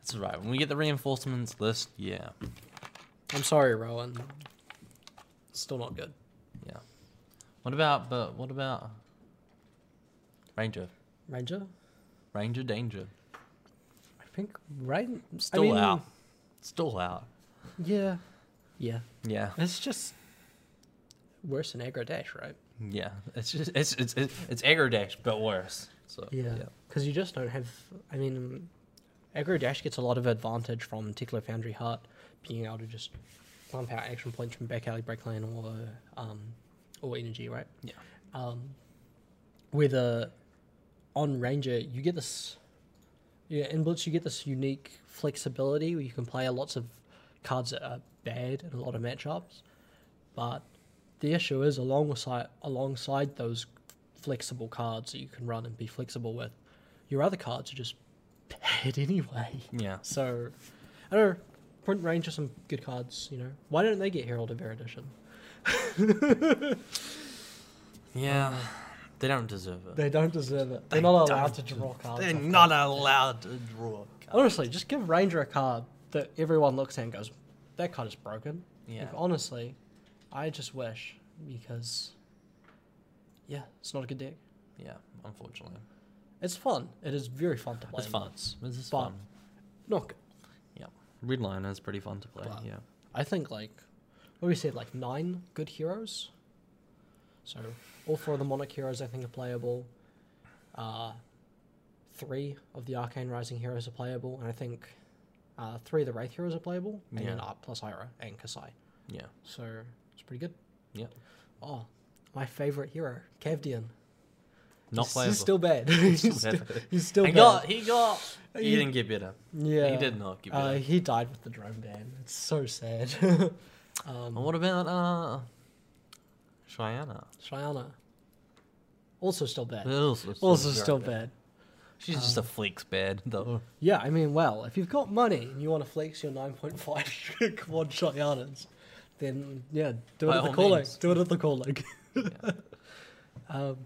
that's right. When we get the reinforcements list, yeah,
I'm sorry, Rowan. Still not good.
yeah. What about but what about Ranger?
Ranger.
Ranger danger.
I think Rain.
Still
I mean,
out. Still out.
Yeah. Yeah.
Yeah,
It's just
Worse than aggro dash, right?
yeah. It's just it's it's it's, it's aggro dash but worse. So
Yeah. Because you just don't have. I mean, aggro dash gets a lot of advantage from Tickler Foundry Heart being able to just pump out action points from back alley break lane or um or energy, right?
Yeah.
Um, with a on ranger, you get this. Yeah, in blitz you get this unique flexibility where you can play lots of cards that are bad in a lot of matchups, but the issue is alongside alongside those flexible cards that you can run and be flexible with, your other cards are just bad anyway.
yeah.
So, I don't know. Print Range are some good cards, you know. Why don't they get Herald of Air Edition?
Yeah, they don't deserve it.
They don't deserve it.
They
They're not
don't
allowed to draw cards.
They're
off
not
cards.
allowed to draw. cards.
Honestly, just give Ranger a card that everyone looks at and goes, that card is broken.
Yeah.
Like, honestly, I just wish because, yeah, it's not a good deck.
Yeah, unfortunately,
It's fun. It is very fun to play.
it's
in
fun.
Blitz.
This is
But-
fun.
Not good.
Yeah, red line is pretty fun to play.
But-
yeah,
I think like what we said, like nine good heroes. So all four of the monarch heroes I think are playable. Uh, three of the arcane rising heroes are playable, and I think uh, three of the wraith heroes are playable, and then
Yeah.
Art plus Ira and Kasai.
yeah,
So it's pretty good.
yeah.
Oh, my favorite hero, Cavdian.
Not
he's,
playable.
He's still bad.
Still
he's, still,
bad.
he's still
he
bad.
got he got he
He-
didn't get better.
yeah.
He did not get better.
Uh, he died with the drone ban. It's so sad. um,
And what about uh, Shayana?
Shiana. Also still bad.
Also,
also
very
still
bad.
bad.
She's just a flex bad though.
Yeah, I mean, well, if you've got money and you want to flex your 9.5 quad Shianas, then yeah, do it
By
at the
all
calling.
means.
Do it at the calling. um,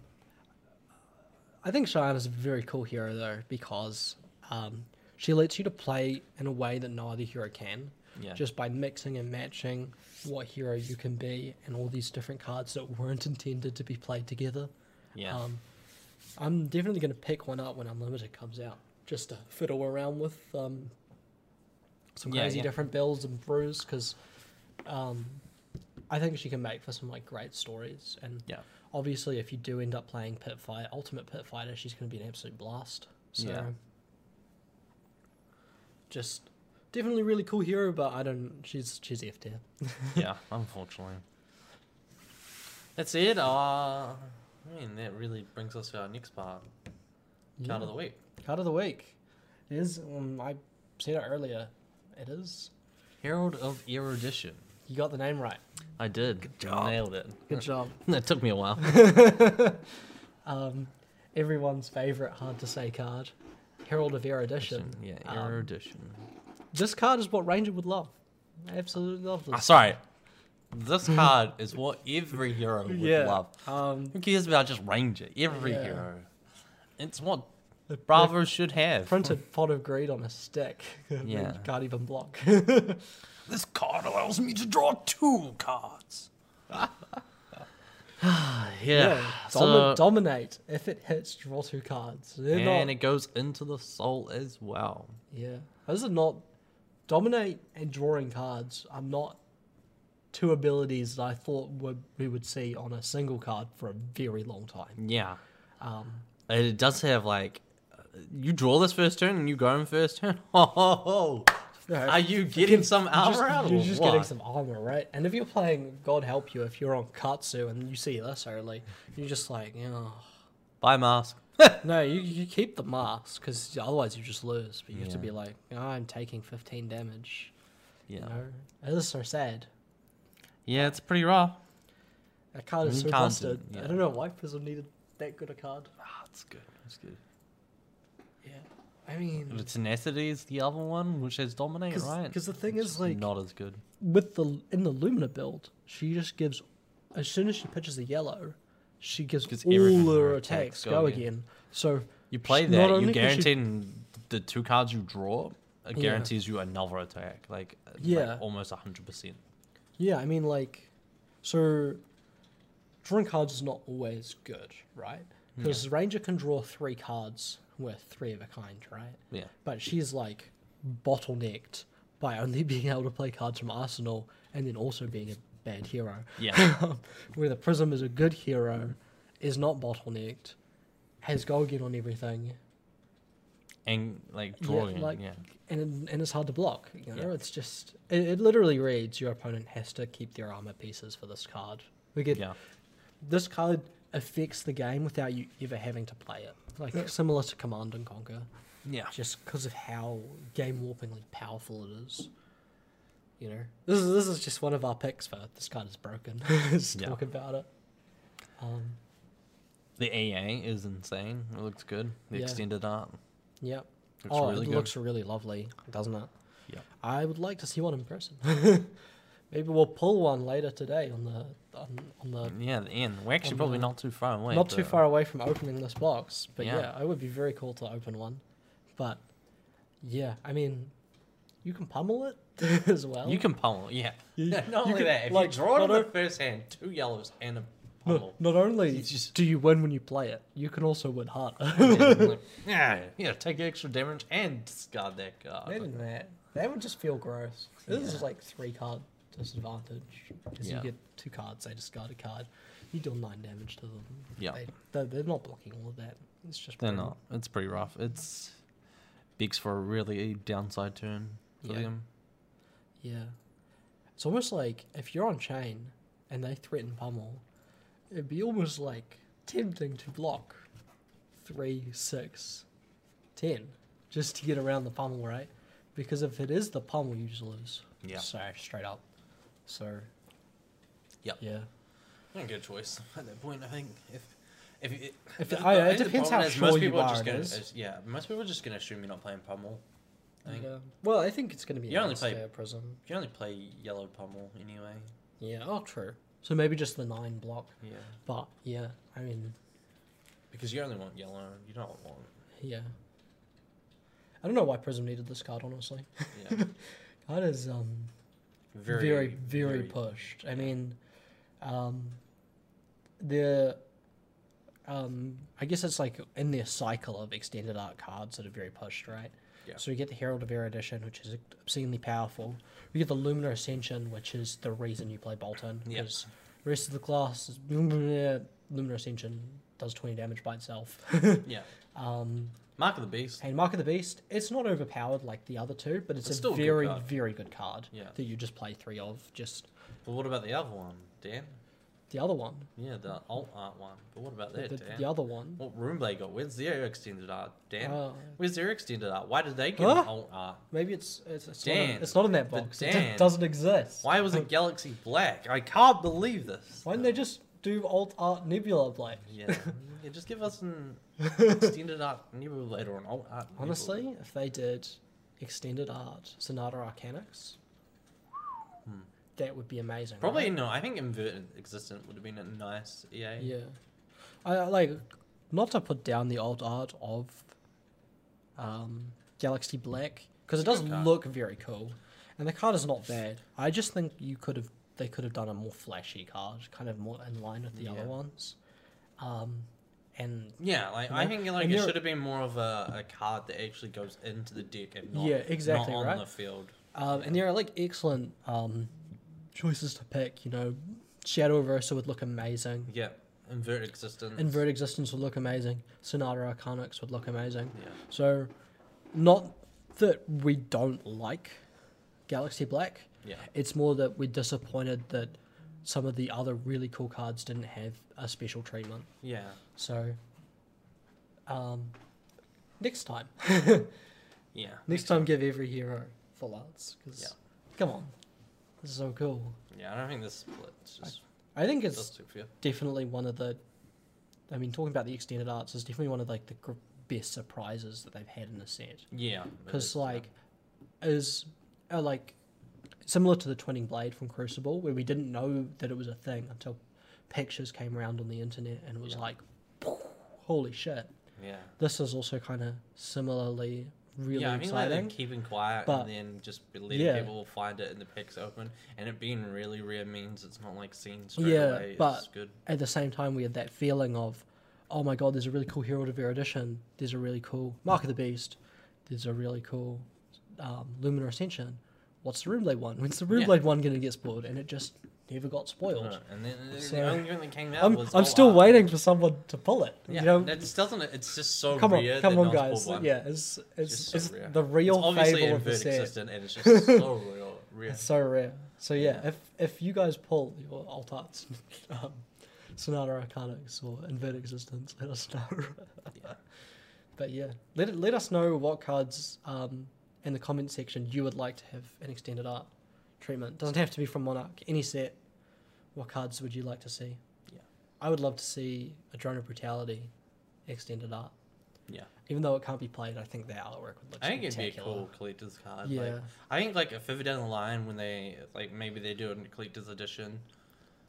I think Shiana's a very cool hero though because um, she lets you to play in a way that no other hero can.
Yeah.
Just by mixing and matching what hero you can be and all these different cards that weren't intended to be played together.
Yeah.
Um, I'm definitely going to pick one up when Unlimited comes out, just to fiddle around with um, some
Yeah,
crazy
yeah.
different builds and brews, because um, I think she can make for some like great stories. And
yeah.
obviously, if you do end up playing Pit Fight, Ultimate Pit Fighter, she's going to be an absolute blast. So,
Yeah.
just definitely really cool hero, but I don't. She's she's F tier.
yeah, unfortunately. That's it. Uh, I mean, that really brings us to our next part, card of the week.
Card of the week is um, I said it earlier. It is.
Herald of Erudition.
You got the name right.
I did. Good
job.
Nailed it.
Good job.
That took me a while.
Um, everyone's favorite hard to say card, Herald of Erudition.
yeah,
Um,
Erudition.
this card is what Ranger would love. I absolutely love
Ah,
this.
sorry. This card is what every hero would love.
Um,
Who cares about just Ranger? Every
Yeah.
hero. It's what Bravo should have.
printed pot of greed on a stick.
Yeah.
you can't even block.
This card allows me to draw two cards. yeah.
Domi-
so-
dominate. If it hits, draw two cards. They're
and
not-
it goes into the soul as well.
Yeah. Those are not dominate and drawing cards are not two abilities that I thought would we would see on a single card for a very long time.
Yeah.
Um,
And it does have like, uh, you draw this first turn and you go in first turn. Ho ho ho.
Yeah.
Are you getting some
you're
armor
just,
out of
you're just
what?
getting some armor, right? And if you're playing God help you, if you're on Katsu and you see this early, you're just like, oh.
Bye mask.
no, you, you keep the mask because otherwise you just lose. But you have to
Yeah.
be like, oh, I'm taking 15 damage.
Yeah.
You know, it is so sad.
Yeah, it's pretty raw.
That card is
You
so
Mm, can't
busted.
do- yeah.
I don't know why Prism needed that good a card.
Ah, it's good. It's good.
Yeah, I mean,
The tenacity is the other one, which has dominate,
because
right?
the thing
It's
is, like,
not as good.
with the in the Lumina build, she just gives as soon as she pitches the yellow, she gives
Gives everything
all
her
her attacks go, again. So
You play
she-
that,
not
you're
only can she-
guaranteed in the two cards you draw, it
Yeah.
guarantees you another attack. Like, uh, like
Yeah.
almost 100%.
yeah, I mean, like, so drawing cards is not always good, right? Because Ranger can draw three cards with three of a kind, right?
Yeah.
But she's like bottlenecked by only being able to play cards from Arsenal and then also being a bad hero. Um,
Yeah.
Where the Prism is a good hero, is not bottlenecked, has goal get on everything,
and like
Yeah,
drawing.
like-
yeah.
and and it's hard to block. You know,
Yeah.
it's just it, it literally reads your opponent has to keep their armor pieces for this card. We get
Yeah.
this card affects the game without you ever having to play it. Like similar to Command and Conquer,
Yeah.
just because of how game warpingly powerful it is. You know, this is this is just one of our picks for this card is broken. Let's
Yeah.
talk about it. Um,
The AA is insane. It looks good. The
Yeah.
extended art
yeah.
looks
Oh,
really
it
good.
looks really lovely, doesn't it?
Yeah.
I would like to see one in person. Maybe we'll pull one later today on the on, on the
yeah, the end. We're actually
on
probably
the-
not too far away.
not too
but-
far away from opening this box. But
Yeah.
yeah. it would be very cool to open one. But yeah, I mean, you can pummel it as well.
You can pummel, yeah.
You-
No, not
you
only
can,
that, if
like,
you draw it
not
on the
o-
first hand, two yellows and a
No,
pummel.
not only
It's just-
do you win when you play it, you can also win harder.
yeah, like, yeah, yeah, take extra damage and discard that card.
Imagine that. That would just feel gross. This
Yeah.
is like three card disadvantage because
Yeah.
you get two cards. They discard a card. You deal nine damage to them.
Yeah.
They, they're, they're not blocking all of that. It's just
They're
brutal.
not. It's pretty rough. It's begs for a really downside turn for
Yeah.
them.
Yeah. It's almost like if you're on chain and they threaten pummel, it'd be almost like tempting to block three, six, ten, just to get around the pummel, right? Because if it is the pummel, you just lose.
Yeah.
So straight up. So.
Yep.
Yeah.
good choice at that point. I think if if it,
If- I- it
I think the
depends
problem
how
is most
sure you
people
are
Just
it
gonna,
is.
is- yeah, most people are just gonna assume you're not playing pummel. I think
Yeah. uh, Well, I think it's going to be
Mm. You only play-
fair prism.
you only play yellow pummel anyway.
Yeah. Oh, true. So maybe just the nine block.
Yeah,
But yeah, I mean,
because you only want yellow. You don't want.
yeah. I don't know why prism needed this card, honestly.
Yeah,
That is um very very, pushed. I mean, um, the um, I guess it's like in their cycle of extended art cards that are very pushed, right?
Yeah.
So we get the Herald of Air Edition, which is obscenely powerful. We get the Luminar Ascension, which is the reason you play Bolton.
Yeah.
Because the rest of the class, is, Luminar Ascension does 20 damage by itself.
Yeah,
um,
mark of the beast.
and Mark of the Beast, it's not overpowered like the other two, but it's,
It's
a
still a good
very,
card.
very good card
Yeah.
that you just play three of. Just
But what about the other one, Dan?
the other one,
Yeah, the alt art one. But what about
the,
that,
the,
Dan?
the other one.
What room they got? Where's their extended art, Dan?
Oh.
Where's their extended art? Why did they get
Huh?
an alt art?
Maybe it's it's, it's, not,
Dan,
in, it's not in that
but
box. It
Dan,
just doesn't exist.
Why was it Galaxy Black? I can't believe this.
Oh. Why didn't they just do alt art Nebula Blade?
Yeah. yeah just give us an extended art nebulator or an alt art. nebulator.
Honestly, if they did extended art Sonata Arcanics, that would be amazing.
Hmm. Probably
right?
no. I think inverted existent would have been a nice EA.
Yeah, I I like not to put down the alt art of um, Galaxy Black because it does
Good card.
look very cool, and the card is not bad. I just think you could have they could have done a more flashy card, kind of more in line with the
Yeah.
other ones, um, and
Yeah, like I
Yeah.
think like
And
it
there-
should have been more of a, a card that actually goes into the deck and not
Yeah, exactly,
not on
right?
the field.
Um, and there are like excellent um, choices to pick. You know, Shadow Reverser would look amazing.
Yeah, inverted existence.
Invert Existence would look amazing. Sonata Arcanics would look amazing.
Yeah.
So, not that we don't like Galaxy Black.
Yeah.
It's more that we're disappointed that some of the other really cool cards didn't have a special treatment.
Yeah.
So, um, next time,
Yeah.
next time, give every hero full arts. Cause,
Yeah.
come on, this is so cool.
Yeah, I don't think this split's just
I think
that's
it's
too fair.
definitely one of the. I mean, talking about the extended arts is definitely one of like the gr- best surprises that they've had in the set.
Yeah. it
Because
is, yeah.
like, is uh, like similar to the twinning blade from Crucible, where we didn't know that it was a thing until pictures came around on the internet, and it was
Yeah.
like, holy shit!
Yeah.
This is also kind of similarly really
yeah, I mean, like, them
exciting.
keeping quiet
but-
and then just letting
yeah.
people find it in the packs open, and it being really rare means it's not like seen straight
Yeah,
away.
but-
it's good.
At the same time, we had that feeling of, oh my god, there's a really cool Herald of Air Edition. There's a really cool Mark of the Beast. There's a really cool um, Luminar Ascension. what's the Runeblade one? When's the Runeblade one going to get spoiled? And it just never got spoiled.
Uh, and then uh,
So-
the only thing that came out
I'm,
was
I'm
All
still
Out.
waiting for someone to pull it.
Yeah,
you know,
that just doesn't. It's just so
come on,
weird.
come
that
on,
no one's
guys.
bought one.
Yeah, it's
just
it's,
so
it's
rare.
the real
it's obviously
fable of the
inverted
set.
existent, and it's just so real. real.
It's so rare. So yeah,
Yeah.
if if you guys pull your alt arts, um, Sonata Arcanics or Invert Existence, let us know.
Yeah.
But yeah, let it, let us know what cards um, in the comment section you would like to have an extended art treatment. Doesn't have to be from Monarch. Any set. What cards would you like to see?
Yeah.
I would love to see a Drone of Brutality extended art.
Yeah.
Even though it can't be played, I think the artwork would look
I think it'd be a
spectacular.
cool collector's card.
Yeah.
Like, I think like if ever down the line when they like maybe they do a collector's edition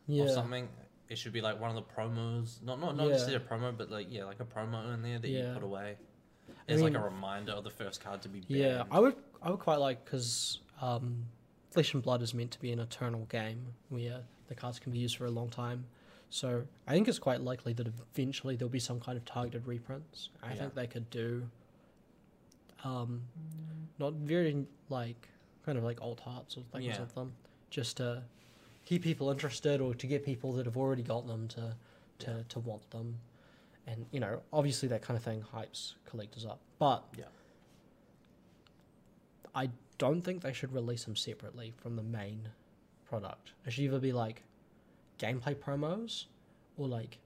or
yeah.
something, it should be like one of the promos. Not not not just
Yeah.
a promo, but like yeah, like a promo in there that
Yeah.
you put away. It's
mean-
like a reminder of the first card to be banned.
Yeah, I would I would quite like because um, Flesh and Blood is meant to be an eternal game where the cards can be used for a long time. So I think it's quite likely that eventually there'll be some kind of targeted reprints. I
Yeah.
think they could do um, not very like kind of like alt hearts or things
Yeah.
like them, just to keep people interested or to get people that have already got them to to, to want them. And you know, obviously that kind of thing hypes collectors up. But
Yeah.
I don't think they should release them separately from the main product. It should either be like gameplay promos or like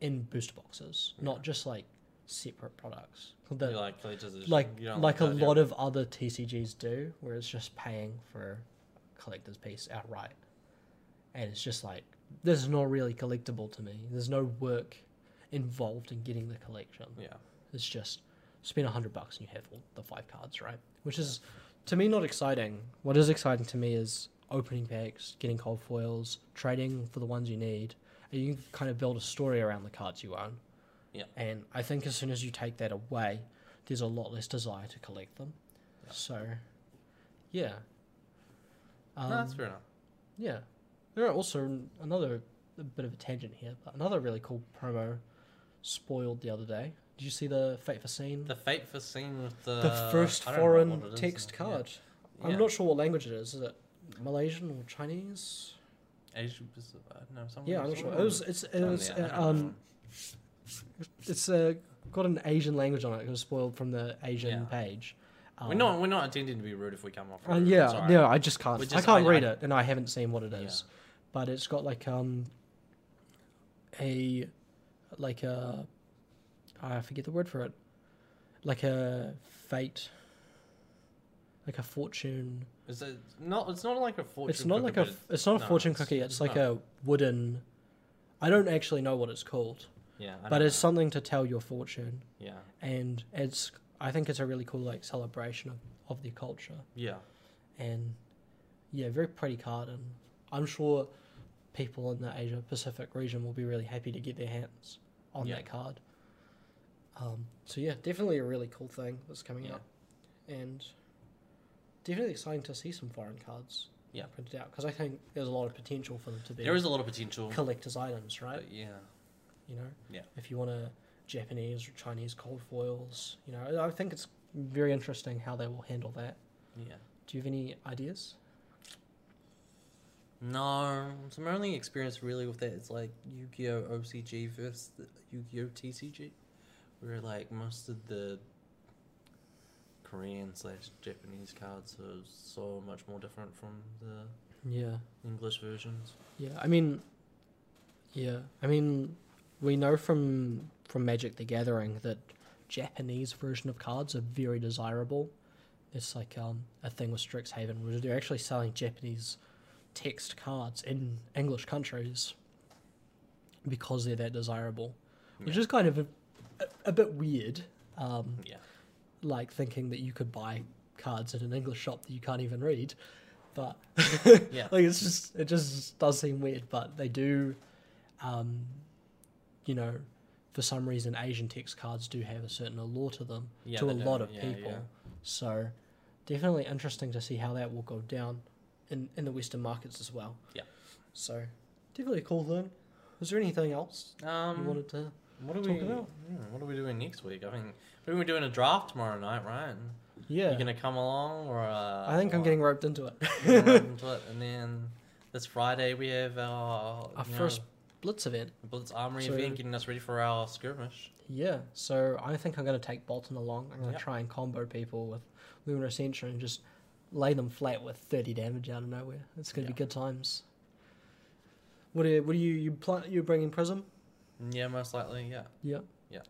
in booster boxes, not just like separate products. The-
You like collector's edition.
like
You don't
like a
the idea.
lot of other TCGs do, where it's just paying for a collector's piece outright, and it's just like this is not really collectible to me. There's no work involved in getting the collection.
yeah.
It's just spend a hundred bucks and you have all the five cards, right? Which is to me not exciting. What is exciting to me is opening packs, getting cold foils, trading for the ones you need, and you can kind of build a story around the cards you own.
Yeah.
And I think as soon as you take that away, there's a lot less desire to collect them.
Yeah.
So yeah. Um,
no, that's fair enough.
yeah. There are also another a bit of a tangent here, but another really cool promo spoiled the other day. Did you see the Fate for Scene?
The fate for scene with the
the first
I don't know what
foreign
it is
text
now. Yeah.
card. I'm
Yeah.
not sure what language it is. Is it Malaysian or Chinese?
Asian Pacific. uh, No, something.
Yeah, I'm not sure. It was, it's it was, uh, um,
um,
it's uh, got an Asian language on it. It was spoiled from the Asian
Yeah.
page.
we're
Um,
not we're not intending to be rude if we come off.
Uh,
rude, I'm
yeah,
sorry.
no, I just can't.
We
I
just-
can't
I-
read
I-
it, and I haven't seen what it
Yeah.
is. But it's got like um, a, like a, I forget the word for it, like a fate, like a fortune.
Is it not? It's not like a fortune.
it's not
cookie,
like a.
but it's-
It's not a
no,
fortune
it's-
cookie. It's like
no.
a wooden. I don't actually know what it's called,
yeah, I
but
don't
it's
know.
something to tell your fortune,
yeah,
and it's. I think it's a really cool like celebration of, of the culture.
yeah,
and yeah, very pretty card. And I'm sure people in the Asia Pacific region will be really happy to get their hands on
Yeah.
that card. Um, so yeah, definitely a really cool thing that's coming
Yeah.
up, and definitely exciting to see some foreign cards
Yeah.
printed out because I think there's a lot of potential for them to be
There is a lot of potential.
collectors' items, right?
But yeah,
you know
Yeah.
if you want to japanese or chinese cold foils you know i think it's very interesting how they will handle that
yeah.
do you have any ideas
No, so my only experience really with that is like Yu-Gi-Oh OCG versus the Yu-Gi-Oh TCG, where like most of the Korean slash Japanese cards are so much more different from the
yeah
English versions.
Yeah, I mean, yeah, I mean, we know from from Magic the Gathering that Japanese version of cards are very desirable. It's like um, a thing with Strixhaven where they're actually selling Japanese text cards in English countries because they're that desirable, which
Yeah.
is kind of a, a, a bit weird. Um,
Yeah,
like thinking that you could buy cards in an English shop that you can't even read. But
Yeah.
like it's just it just does seem weird. But they do, um, you know, for some reason Asian text cards do have a certain allure to them
Yeah,
to a
they
lot
do,
of
yeah,
people.
yeah.
So definitely interesting to see how that will go down in in the Western markets as well.
Yeah.
So definitely a cool thing. Was there anything else
um,
you wanted to?
What are
talk
we?
about.
yeah, what are we doing next week? I think I think we're doing a draft tomorrow night, right? And
Yeah.
You gonna come along or? Uh,
I think I'm
or-
getting roped into it.
we'll run into it, and then this Friday we have our,
Our
you know,
first Blitz event.
Blitz Armory
so-
event, getting us ready for our skirmish.
Yeah. So I think I'm going to take Bolton along. I'm going to
Yep.
try and combo people with Lunar Ascension and just lay them flat with 30 damage out of nowhere. It's going to
Yeah.
be good times. What are, what are you you pl- you bringing Prism?
Yeah, most likely. Yeah,
Yeah.
Yeah.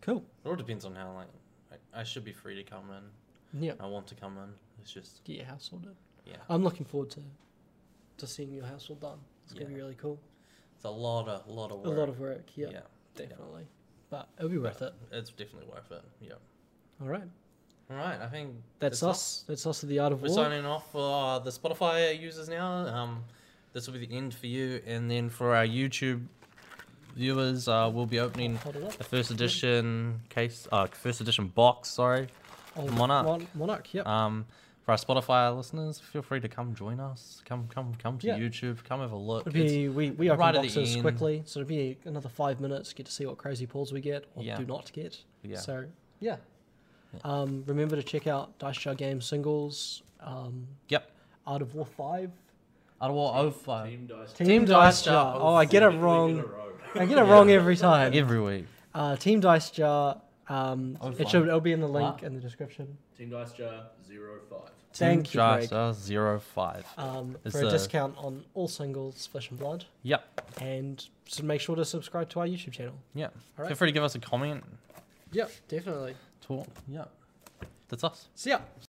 Cool.
it all depends on how like I, I should be free to come in.
Yeah.
I want to come in. It's just
Get your house all done.
yeah,
I'm looking forward to to seeing your house all done. It's going to
Yeah.
be really cool.
it's a lot of lot of
A
work.
lot of work. Yeah. Definitely. But it'll be worth it.
It's definitely worth it. Yeah.
All right.
All right, I think
That's us. That's us at the Art of
We're
War.
signing off for uh, the Spotify users now. Um, this will be the end for you, and then for our YouTube viewers, uh, we'll be opening
Hold it up.
the first edition case, uh, first edition box. Sorry.
Oh,
Monarch.
Mon- Monarch, yep.
Um, for our Spotify listeners, feel free to come join us. Come, come, come to
Yeah.
YouTube. Come have a look.
It'd
It's-
be, we, we open
right at the
boxes
end.
quickly, so it'd be another five minutes, get to see what crazy pulls we get or
Yeah.
do not get.
yeah.
So, yeah.
Yeah.
Um, remember to check out Dice Jar Game singles, um,
Yep.
Art of War 5,
Ottawa 05.
Team Dice.
Team,
Team
Dice
Dice
Jar.
Jar.
Oh, I get it
Literally in a
wrong.
row.
I get it wrong every time.
Every week.
Uh, Team Dice Jar. Um,
Oh,
it
fine.
should, it'll be in the link
Ah.
in the description.
Team Dice Jar zero five.
Thank you, Greg.
Drasta 05.
Um,
It's
for a
a-
discount on all singles, Flesh and Blood.
Yep.
And so make sure to subscribe to our YouTube channel.
Yep.
All right.
Feel free to give us a comment.
Yep, definitely.
Talk. Yep. That's us.
See ya.